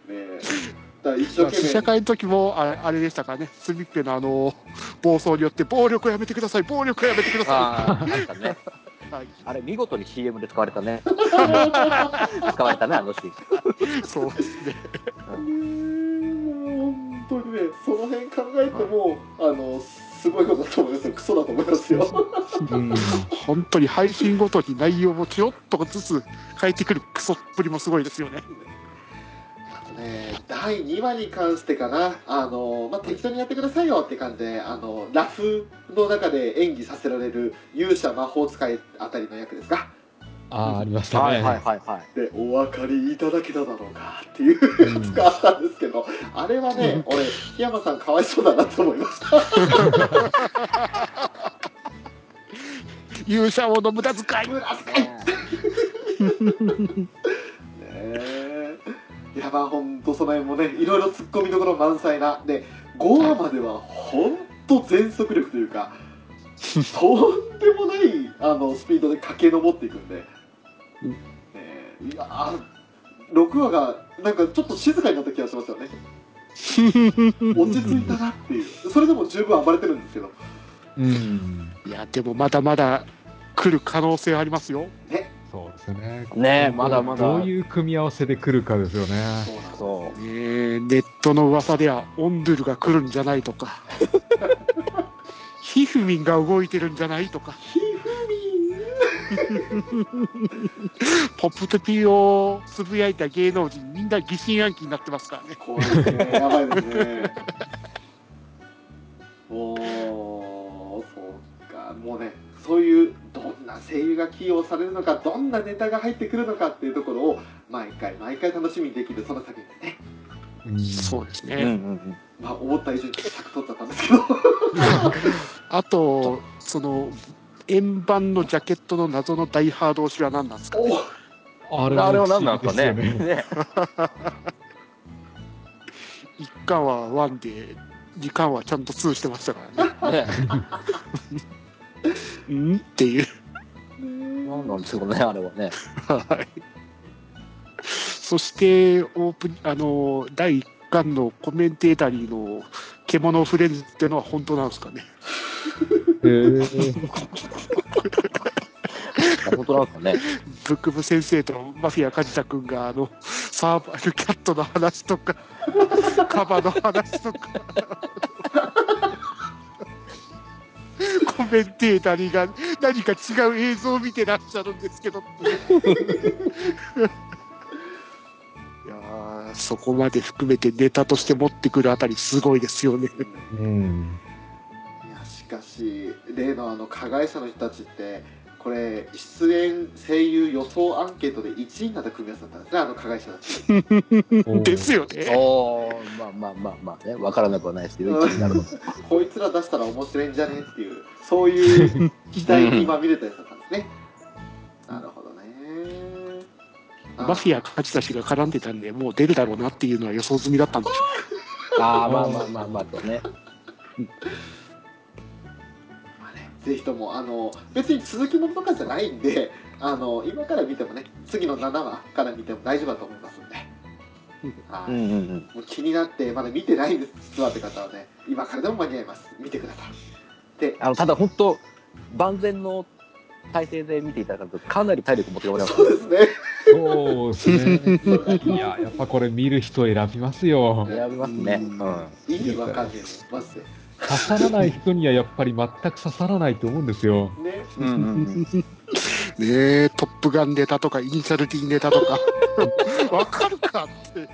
[SPEAKER 1] えだから一生懸
[SPEAKER 4] 試写
[SPEAKER 1] 命
[SPEAKER 4] 会の時もあれあれでしたからね、スミッペのあの暴走によって、暴力をやめてください、暴力をやめてくださ
[SPEAKER 3] あ ーあったね
[SPEAKER 4] い、はい、
[SPEAKER 3] あれ見事に CM で使われた ね使われたねあのシーン
[SPEAKER 4] そうですね、
[SPEAKER 1] 本当にねその辺考えてもあのすごいことだと思いますよクソだと思いますよ
[SPEAKER 2] うん
[SPEAKER 4] 本当に配信ごとに内容もちょっとずつ変えてくるクソっぷりもすごいですよね。
[SPEAKER 1] あとね第2話に関してかなあの、まあ、適当にやってくださいよって感じであのラフの中で演技させられる勇者魔法使いあたりの役ですか
[SPEAKER 2] あー、ありましたね。
[SPEAKER 3] はいはいはいはい
[SPEAKER 1] でお分かりいただけただろうかっていう やつがあったんですけど、あれは ね、俺檜山さんかわいそうだなと思いました
[SPEAKER 4] 勇者王の無駄遣い、
[SPEAKER 1] 無駄遣いねえいやまあほんとその辺もねいろいろ突っ込みどころ満載なで5話まではほんと全速力というかとんでもないあのスピードで駆け上っていくんで、ねえいやあ6話がなんかちょっと静かになった気がしますよね落ち着いたなっていうそれでも十分暴れてるんですけど
[SPEAKER 2] うん。
[SPEAKER 4] いや、でもまだまだ来る可能性ありますよ、
[SPEAKER 1] ね
[SPEAKER 2] そうですね。
[SPEAKER 3] ねえまだまだ
[SPEAKER 2] どういう組み合わせで来るかですよね。
[SPEAKER 1] そうなんです
[SPEAKER 3] そ
[SPEAKER 4] ねえネットの噂では、オンドゥルが来るんじゃないとか、ひふみんが動いてるんじゃないとか。
[SPEAKER 1] ひふみん
[SPEAKER 4] ポップテピをつぶやいた芸能人みんな疑心暗鬼になってますからね
[SPEAKER 1] 怖いですね、やばいですね。おー、そうか、もうね、そういうどんな声優が起用されるのか、どんなネタが入ってくるのかっていうところを、毎回毎回楽しみにできる、その作品ですね。
[SPEAKER 2] うん
[SPEAKER 4] そうです
[SPEAKER 3] う
[SPEAKER 4] ね、
[SPEAKER 3] うんうん
[SPEAKER 1] まあ、思った以上に尺取っちゃったんですけど、
[SPEAKER 4] あとその円盤のジャケットの謎の大ハード推しは何なんですか
[SPEAKER 1] お
[SPEAKER 2] あ
[SPEAKER 3] うん
[SPEAKER 2] れは
[SPEAKER 3] あれは何なんですかね
[SPEAKER 2] 不思議ですよ
[SPEAKER 3] ね
[SPEAKER 4] 一巻は1で二巻はちゃんと2してましたから
[SPEAKER 3] ね
[SPEAKER 4] ねうんっていう
[SPEAKER 3] 何なんですかねあれはね
[SPEAKER 4] はいそしてオープンあの第1巻のコメンテータリーの「獣フレンズ」ってのは本当なんですかね
[SPEAKER 2] へえ
[SPEAKER 3] 本当なんですかね
[SPEAKER 4] ブックブ先生とマフィア梶田君があのサーバルキャットの話とかカバの話とかコメンテーターが何か違う映像を見てらっしゃるんですけどっていういやーそこまで含めてネタとして持ってくるあたりすごいですよね。
[SPEAKER 2] うん。
[SPEAKER 1] いやしかし例のあの加害者の人たちってこれ出演声優予想アンケートで1位になった組み合わせだったんですねあの加害者たち
[SPEAKER 4] です
[SPEAKER 2] よ。
[SPEAKER 4] よね。
[SPEAKER 3] おーまあまあまあまあね、わからなくはないですけど、一気になるの。
[SPEAKER 1] こいつら出したら面白いんじゃねっていうそういう期待にまみれたやつだったんですねなるほどねあ
[SPEAKER 4] マフィア勝ちたちが絡んでたんで、もう出るだろうなっていうのは予想済みだったんでしょ
[SPEAKER 3] ああ、まあまあまあまあとね。
[SPEAKER 1] ぜひともあの別に続きものとかじゃないんであの今から見てもね次の7話から見ても大丈夫だと思いますんで、はい
[SPEAKER 3] うんうんうん。
[SPEAKER 1] もう気になってまだ見てないんです実はって方はね今からでも間に合います見てくださいで
[SPEAKER 3] あの、ただ本当、万全の体制で見ていただくと、かなり体力持ってかれます
[SPEAKER 1] そうですね
[SPEAKER 2] そうですね。いや、やっぱこれ見る人選びますよ。
[SPEAKER 3] 選びますね。うん。
[SPEAKER 1] 意味わかんねえねマジで
[SPEAKER 2] 刺さらない人にはやっぱり全く刺さらないと思うんですよ。
[SPEAKER 1] ね
[SPEAKER 3] うんうん
[SPEAKER 4] ねえ、トップガンネタとか、イニシャル D ネタとか、 わかるかっ
[SPEAKER 1] ト
[SPEAKER 4] て。
[SPEAKER 1] ッ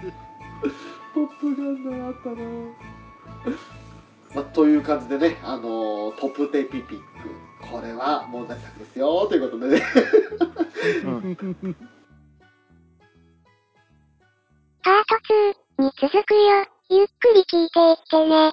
[SPEAKER 1] プガンだなあったな まあ、という感じでね、あのートップテーピピックこれは問題作ですよということでね
[SPEAKER 5] パート2に続くよ。ゆっくり聞いていってね。